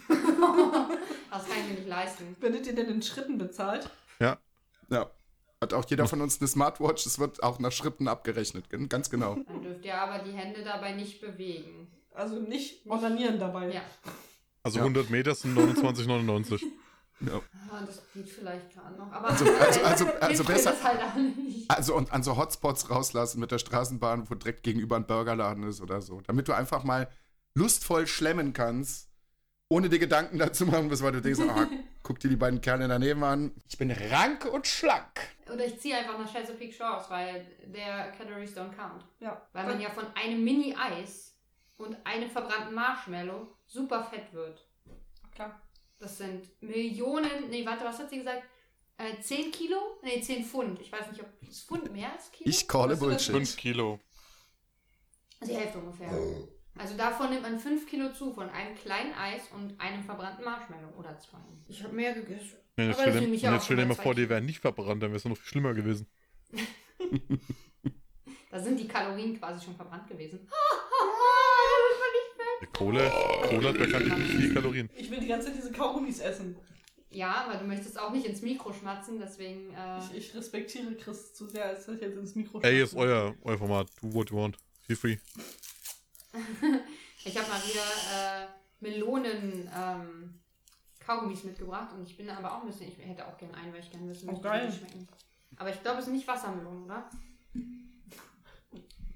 A: Das kann ich mir nicht leisten.
D: Werdet ihr denn in Schritten bezahlt?
B: Ja.
C: ja. Hat auch jeder von uns eine Smartwatch. Es wird auch nach Schritten abgerechnet. Gen- Ganz genau.
A: Dann dürft ihr aber die Hände dabei nicht bewegen.
D: Also nicht onanieren dabei.
A: Ja.
B: Also
C: Ja.
B: 100 Meter sind 29,99.
A: Ah, Das geht vielleicht gerade noch. Aber
C: Also- also- also-
A: andererseits
C: also
A: hilft mir
C: besser-
A: Das halt alle nicht.
C: Also und an so Hotspots rauslassen mit der Straßenbahn, wo direkt gegenüber ein Burgerladen ist oder so. Damit du einfach mal lustvoll schlemmen kannst, ohne dir Gedanken dazu machen musst, weil du denkst, ah, guck dir die beiden Kerle daneben an. Ich bin rank und schlank.
A: Oder ich ziehe einfach nach Chesapeake Shores, weil der Calories don't count.
D: Ja.
A: Weil man ja von einem Mini-Eis und einem verbrannten Marshmallow super fett wird.
D: Klar.
A: Das sind Millionen, nee, warte, was hat sie gesagt? Äh, 10 Kilo? Nee, 10 Pfund. Ich weiß nicht, ob ist Pfund mehr als Kilo?
C: Ich calle
D: Weißt du, das
C: Bullshit.
B: Kilo.
A: Also die Hälfte ungefähr. Also davon nimmt man 5 Kilo zu, von einem kleinen Eis und einem verbrannten Marshmallow oder zwei. Ich habe mehr gegessen.
B: Ja,
A: Aber
B: jetzt stell
A: das
B: dir,
A: nehme ich ja
B: ja
A: auch
B: jetzt stell dir
A: schon
B: mal
A: bei
B: vor,
A: zwei
B: die wären nicht verbrannt, dann wäre es noch viel schlimmer gewesen.
A: Da sind die Kalorien quasi schon verbrannt gewesen. Da wird man nicht fett.
B: Die Kohle, Kohle hat bekanntlich nicht viele Kalorien.
D: Ich will die ganze Zeit diese Kaugummis essen.
A: Ja, aber du möchtest auch nicht ins Mikro schmatzen, deswegen. Äh,
D: Ich, ich respektiere Chris zu sehr, als dass ich jetzt ins Mikro
B: Ey, ist
D: schmatze.
B: euer, euer Format. Do what you want. Feel free.
A: Ich habe mal wieder äh, Melonen ähm, Kaugummis mitgebracht und ich bin aber auch ein bisschen, ich hätte auch gern einen, weil ich gerne wissen
D: Oh,
A: möchte,
D: geil.
A: wie die schmecken. Aber ich glaube, es sind nicht Wassermelonen, oder?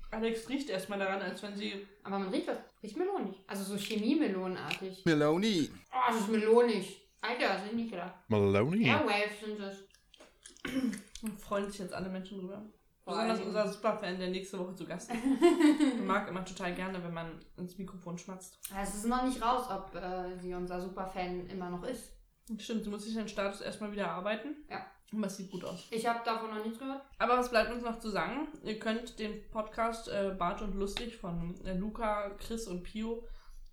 D: Alex riecht erstmal daran, als wenn sie.
A: Aber man riecht was, riecht melonig. Also so Chemiemelonenartig.
C: Meloni.
A: Oh, das ist melonig. Alter, das hätte ich nicht gedacht.
B: Maloney.
A: Airwaves sind das.
D: Freuen sich jetzt alle Menschen drüber.
A: Vor
D: Besonders
A: allem-
D: unser Superfan, der nächste Woche zu Gast ist. mag immer total gerne, wenn man ins Mikrofon schmatzt.
A: Es ist noch nicht raus, ob äh, sie unser Superfan immer noch ist.
D: Stimmt, du musst dich den Status erstmal wieder erarbeiten.
A: Ja.
D: Aber es sieht gut aus.
A: Ich habe davon noch nichts gehört.
D: Aber was bleibt uns noch zu sagen? Ihr könnt den Podcast äh, Bart und Lustig von äh, Luca, Chris und Pio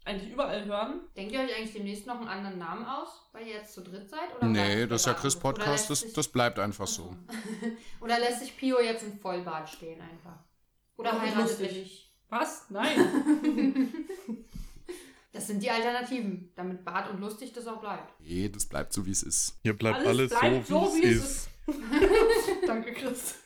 D: eigentlich überall hören.
A: Denkt ihr euch eigentlich demnächst noch einen anderen Namen aus, weil ihr jetzt zu dritt seid? Oder
C: Nee,
A: bleibt
C: das ist ja
A: Bart?
C: Chris
A: Oder
C: Podcast,
A: lässt
C: das,
A: sich-
C: das bleibt einfach so.
A: oder lässt sich Pio jetzt im Vollbart stehen einfach? Oder
D: Doch,
A: heiratet
D: lustig.
A: er dich?
D: Was? Nein.
A: Das sind die Alternativen, damit Bart und lustig das auch bleibt.
C: Nee, das bleibt so, wie es ist.
B: Hier bleibt alles,
D: Alles bleibt
B: so,
D: so,
B: wie es ist.
D: Danke, Chris.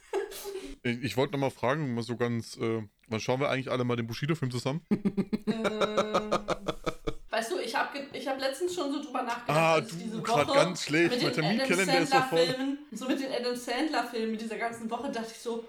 B: Ich, ich wollte nochmal fragen, mal so ganz, äh, wann schauen wir eigentlich alle mal den Bushido-Film zusammen?
D: ähm,
C: Äh,
D: weißt du, ich habe ich hab letztens schon so drüber nachgedacht,
B: Ah,
D: dass ich
B: du, gerade ganz schlecht.
D: mit den
B: Mein
D: Adam
B: Terminkalender ist doch voll.
D: Sandler-Filmen, so mit den Adam Sandler-Filmen mit dieser ganzen Woche, dachte ich so,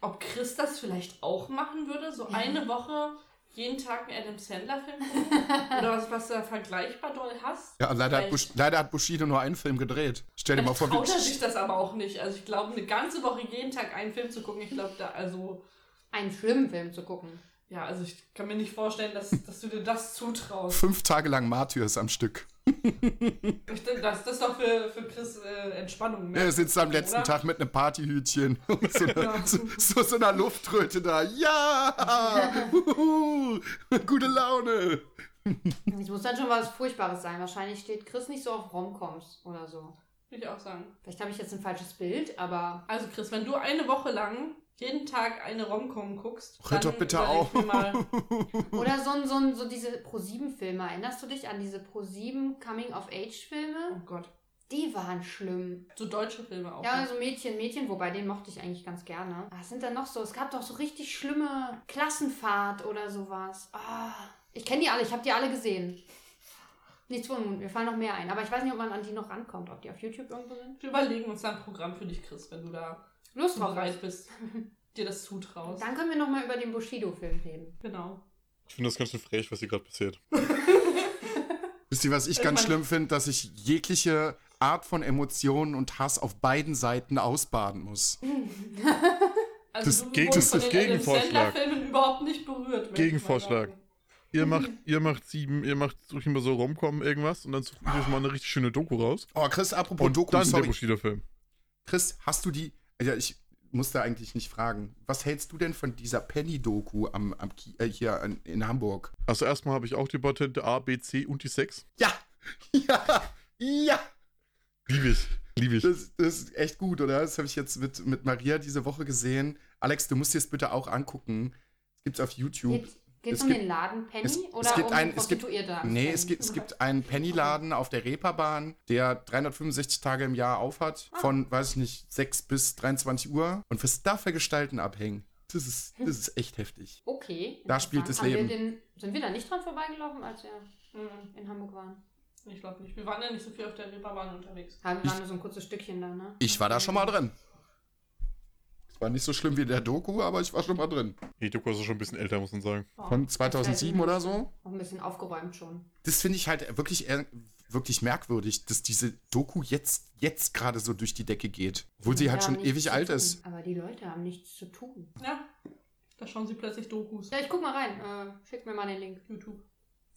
D: ob Chris das vielleicht auch machen würde, so
C: Mhm.
D: eine Woche jeden Tag einen Adam Sandler-Film gucken? oder was, was du da vergleichbar doll hast.
C: Ja, leider hat,
D: Echt?
C: Bush, leider hat Bushido nur einen Film gedreht. Stell dir mal
D: Dann
C: vor,
D: traut er sich
C: wie.
D: das aber auch nicht. Also ich glaube, eine ganze Woche jeden Tag einen Film zu gucken, ich glaube da, also,
A: Einen schlimmen Film zu gucken.
D: ja, also ich kann mir nicht vorstellen, dass, dass du dir das zutraust.
C: Fünf Tage lang Martyrs am Stück.
D: Ich denke, das, das ist doch für, für Chris äh, Entspannung. ne?
C: Er sitzt am letzten
D: Oder?
C: Tag mit einem Partyhütchen und so,
D: Ja.
C: einer, so, so, so einer Luftröte da. Ja! Huhu! Gute Laune!
A: Es muss dann schon was Furchtbares sein. Wahrscheinlich steht Chris nicht so auf Romcoms oder so.
D: Würde ich auch sagen.
A: Vielleicht habe ich jetzt ein falsches Bild, aber
D: Also Chris, wenn du eine Woche lang jeden Tag eine Romcom guckst,
C: Hört doch bitte
D: überleg
C: auf.
D: mir Mal,
A: Oder so, ein- so, ein- so diese Pro-7-Filme. Erinnerst du dich an diese Pro-7
D: oh
A: Coming-of-Age-Filme?
D: Gott,
A: Die waren schlimm.
D: so deutsche Filme auch. ne?
A: Ja, also Mädchen, Mädchen, wobei den mochte ich eigentlich ganz gerne. Was sind da noch so? Es gab doch so richtig schlimme Klassenfahrt oder sowas. Ah, ich kenne die alle, ich habe die alle gesehen. Nichts von mir fallen noch mehr ein. Aber ich weiß nicht, ob man an die noch rankommt, ob die auf YouTube irgendwo sind.
D: Wir überlegen uns dann ein Programm für dich, Chris, wenn du da
A: Lust drauf.
D: bereit bist, dir das zutraust.
A: Dann können wir nochmal über den Bushido-Film reden.
D: Genau.
B: Ich finde das ganz schön frech, was hier gerade passiert.
C: Wisst ihr, was ich
D: Ich
C: ganz
D: mein-
C: schlimm finde? Dass ich jegliche Art von Emotionen und Hass auf beiden Seiten ausbaden muss.
D: Also
B: Das
D: du
B: Geg-
D: wurdest
B: das
D: von
B: ist
D: den Adam
B: Gegenvorschlag.
D: Sandler-Filmen überhaupt nicht berührt. möchte ich mal
B: Gegenvorschlag.
D: sagen.
B: Ihr macht, ihr macht sieben, ihr macht, sucht immer so Romcom irgendwas und dann sucht ihr euch mal eine richtig schöne Doku raus.
C: Oh, Chris, apropos
B: Und
C: Doku,
B: dann der
C: sorry.
B: Bushido-Film.
C: Chris, hast du die. Ja, ich muss da eigentlich nicht fragen. Was hältst du denn von dieser Penny-Doku am, am, Ki- äh, hier an, in Hamburg?
B: Also erstmal habe ich auch die Patente A, B, C und die 6.
C: Ja! Ja! Ja!
B: Liebe ich. Liebe ich.
C: Das, das ist echt gut, oder? Das habe ich jetzt mit, mit Maria diese Woche gesehen. Alex, du musst dir das bitte auch angucken. Es gibt's auf YouTube.
A: Geht geht's
C: Es
A: um
C: gibt-
A: den Laden Penny
C: es- es
A: oder
C: gibt
A: um
C: ein- es gibt-
A: Prostituierte?
C: Nee, es gibt, es gibt einen Pennyladen auf der Reeperbahn, der 365 Tage im Jahr auf hat, von, weiß ich nicht, 6 bis 23 Uhr. Und was da für Gestalten abhängen, das ist, das ist echt heftig.
A: Okay.
C: Da spielt
A: interessant.
C: das
A: Haben Wir den, sind wir da nicht dran voreigelaufen, als wir
D: Mhm.
A: in Hamburg waren?
D: Ich glaube nicht. Wir waren ja nicht so viel auf der Reeperbahn unterwegs.
A: Ja, wir waren nur so ein kurzes Stückchen da, ne?
C: Ich war da schon mal drin. Es war nicht so schlimm wie in der Doku, aber ich war schon mal drin.
B: Die Doku ist schon ein bisschen älter, muss man sagen.
D: Wow.
C: Von 2007 oder so.
A: Auch ein bisschen aufgeräumt schon.
C: Das finde ich halt wirklich, eher- wirklich merkwürdig, dass diese Doku jetzt, jetzt gerade so durch die Decke geht. Obwohl sie halt
A: Ja,
C: schon
A: nichts
C: ewig
A: zu
C: alt
A: tun.
C: ist.
A: Aber die Leute haben nichts zu tun.
D: Ja, da schauen sie plötzlich Dokus.
A: Ja, ich guck mal rein. Äh, schick mir mal den Link.
D: YouTube.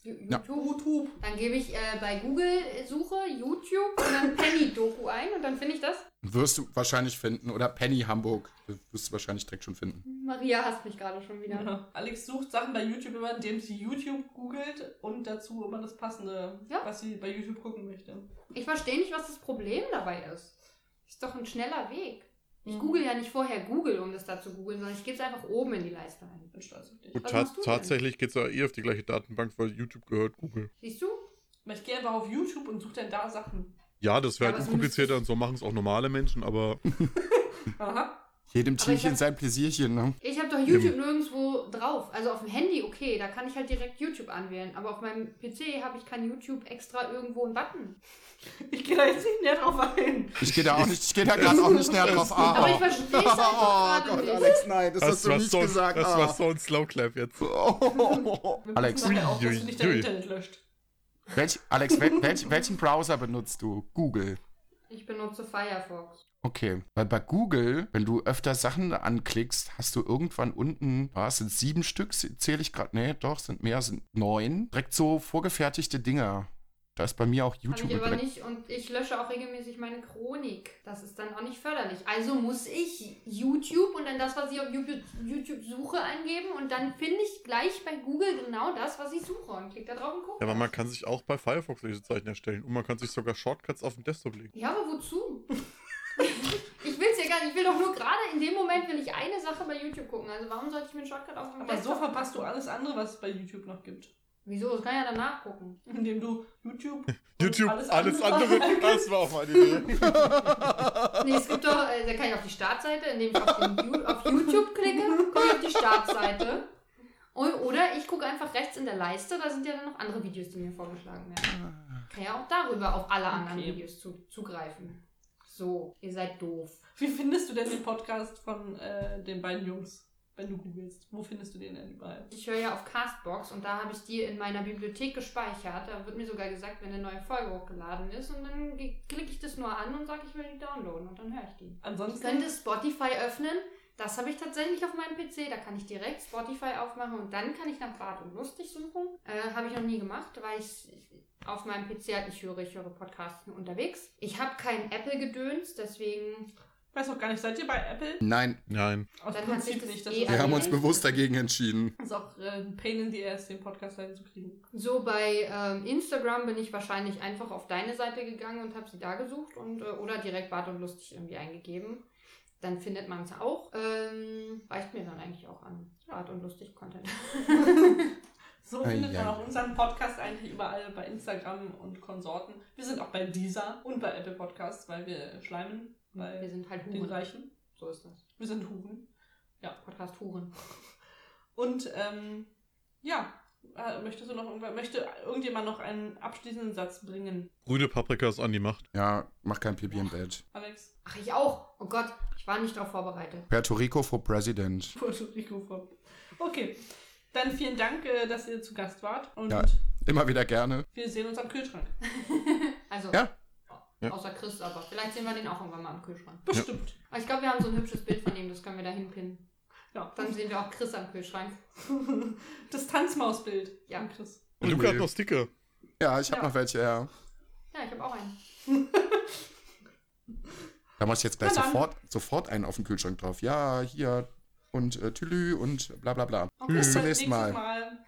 A: Ju-
C: Ja.
A: YouTube. Dann gebe ich äh, bei Google äh, Suche YouTube und dann Penny-Doku ein und dann finde ich das.
C: Wirst du wahrscheinlich finden. Oder Penny Hamburg. Wirst du wahrscheinlich direkt schon finden.
A: Maria hasst mich gerade schon wieder.
D: Ja. Genau. Alex sucht Sachen bei YouTube immer, indem sie YouTube googelt und dazu immer das Passende,
A: Ja.
D: was sie bei YouTube gucken möchte.
A: Ich verstehe nicht, was das Problem dabei ist. Ist doch ein schneller Weg. Ich
D: Mhm.
A: google ja nicht vorher Google, um das da zu googeln, sondern ich gebe es einfach oben in die Leiste ein.
D: Bin stolz auf dich.
B: Gut,
A: Was
B: ta
A: machst du denn?
B: tatsächlich geht es ja eh auf die gleiche Datenbank, weil YouTube gehört Google.
A: Siehst du?
D: Aber ich gehe einfach auf YouTube und suche dann da Sachen.
B: Ja, das wäre
A: Ja,
B: halt
A: aber es
B: unkomplizierter und so machen es auch normale Menschen, aber
D: Aha.
C: Jedem
A: Aber
C: Tierchen
A: ich
C: sein Pläsierchen, ne?
A: Ich habe doch YouTube nirgendwo drauf. Also auf dem Handy, okay, da kann ich halt direkt YouTube anwählen. Aber auf meinem PC habe ich kein YouTube extra irgendwo einen Button.
D: Ich gehe da jetzt nicht näher drauf ein.
C: Ich gehe da auch nicht, ich gehe da gerade auch nicht näher drauf. Ah.
A: Aber ich verstehe es
C: oh
A: einfach gerade
C: Gott,
A: nicht.
C: Alex, nein, das, hast du
B: war
C: nicht
B: so,
C: gesagt.
B: das
C: ah.
B: war so ein Slowclap jetzt.
D: Wir müssen
C: Alex,
D: nachher auch, dass du
B: Ui,
D: nicht dein
B: ui.
D: Internet löscht.
C: welch, Alex wel, welch, welchen Browser benutzt du? Google.
A: Ich benutze Firefox.
C: Okay, weil bei Google, wenn du öfter Sachen anklickst, hast du irgendwann unten, was sind sieben Stück, zähle ich gerade, nee, doch, sind mehr, sind neun, direkt so vorgefertigte Dinger. Da ist bei mir auch
A: Habe
C: YouTube
A: ich aber
C: direkt.
A: nicht und ich lösche auch regelmäßig meine Chronik. Das ist dann auch nicht förderlich. Also muss ich YouTube und dann das, was ich auf YouTube, YouTube suche, eingeben und dann finde ich gleich bei Google genau das, was ich suche und klicke da drauf und gucke.
B: Ja, aber man kann sich auch bei Firefox Lesezeichen erstellen und man kann sich sogar Shortcuts auf den Desktop legen.
A: Ja, aber wozu? ich will es ja gar nicht. Ich will doch nur gerade in dem Moment, will ich eine Sache bei YouTube gucken. Also warum sollte ich mir einen Shortcut auf dem
D: Aber so
A: Desktop-
D: verpasst du alles andere, was es bei YouTube noch gibt.
A: Wieso? Das kann ich ja danach gucken.
D: Indem du YouTube. und
B: YouTube, alles, andere, das war auch meine Idee.
A: Nee, es gibt doch, äh, da kann ich auf die Startseite, indem ich auf, den, Ju- auf YouTube klicke, komme ich auf die Startseite. Und, oder ich gucke einfach rechts in der Leiste, da sind ja dann noch andere Videos, die mir vorgeschlagen werden. Kann ja auch darüber auf alle anderen
D: Okay.
A: Videos zu, zugreifen. So, ihr seid doof.
D: Wie findest du denn den Podcast von äh, den beiden Jungs, wenn du googelst? Wo findest du den denn überall?
A: Ich höre ja auf Castbox und da habe ich die in meiner Bibliothek gespeichert. Da wird mir sogar gesagt, wenn eine neue Folge hochgeladen ist und dann ge- klicke ich das nur an und sage, ich will die downloaden und dann höre ich die. Ich
D: Ansonsten.
A: könnte Spotify öffnen. Das habe ich tatsächlich auf meinem PC. Da kann ich direkt Spotify aufmachen und dann kann ich nach Bart und Lustig suchen. Äh, habe ich noch nie gemacht, weil ich auf meinem PC halt nicht höre. Ich höre Podcasts nur unterwegs. Ich habe keinen Apple-Gedöns, deswegen.
D: ich weiß auch gar nicht, seid ihr bei Apple?
C: Nein,
B: Nein.
D: Aus
A: Dann hat sich
D: Prinzip
A: das
D: nicht. Das
A: eh
D: ist,
C: wir haben uns
A: Nein.
C: bewusst dagegen entschieden.
D: ist auch äh, ein Pain in the Ass, den Podcast halt reinzukriegen.
A: So bei ähm, Instagram bin ich wahrscheinlich einfach auf deine Seite gegangen und habe sie da gesucht und äh, oder direkt Bart und Lustig irgendwie eingegeben. Dann findet man es auch. Ähm, reicht mir dann eigentlich auch an. Bart und Lustig Content.
D: So
C: Ei,
D: findet man
C: ei.
D: auch unseren Podcast eigentlich überall bei Instagram und Konsorten. Wir sind auch bei Deezer und bei Apple Podcasts, weil wir schleimen,
A: Wir
D: weil
A: sind halt
D: den
A: Huren.
D: Reichen.
A: So ist das.
D: Wir sind Huren.
A: Podcast Huren.
D: Und ähm, ja, äh, möchtest du noch irgendwann, möchte irgendjemand noch einen abschließenden Satz bringen,
B: Grüne Paprika ist an die Macht.
C: Ja, mach kein Pipi im Bett.
D: Alex?
A: Ach, ich auch. Oh Gott, ich war nicht darauf vorbereitet.
C: Puerto Rico for President.
D: Puerto Rico vor. Okay. Dann vielen Dank, äh, dass ihr zu Gast wart. Und
C: Ja. Immer wieder gerne.
D: wir sehen uns am Kühlschrank.
A: Also,
C: Ja. Ja.
A: außer Chris aber. Vielleicht sehen wir den auch irgendwann mal am Kühlschrank.
D: Bestimmt.
A: Aber ich glaube, wir haben so ein hübsches Bild von ihm, das können wir da hinpinnen.
D: Ja.
A: Dann sehen wir auch Chris am Kühlschrank.
D: Das Tanzmausbild.
A: Ja.
D: von Chris.
B: Und Luca hat noch Sticker.
C: Ja, ich habe
D: Ja.
C: noch welche, ja.
A: Ja, ich habe auch einen.
C: Da mach ich jetzt gleich
D: Na dann.
C: sofort, sofort einen auf den Kühlschrank drauf. Ja, hier und äh, Tülü und bla bla bla.
D: Okay,
C: Bis zum
D: halt
A: Hm.
D: nächstes
C: nächsten Mal.
D: Mal.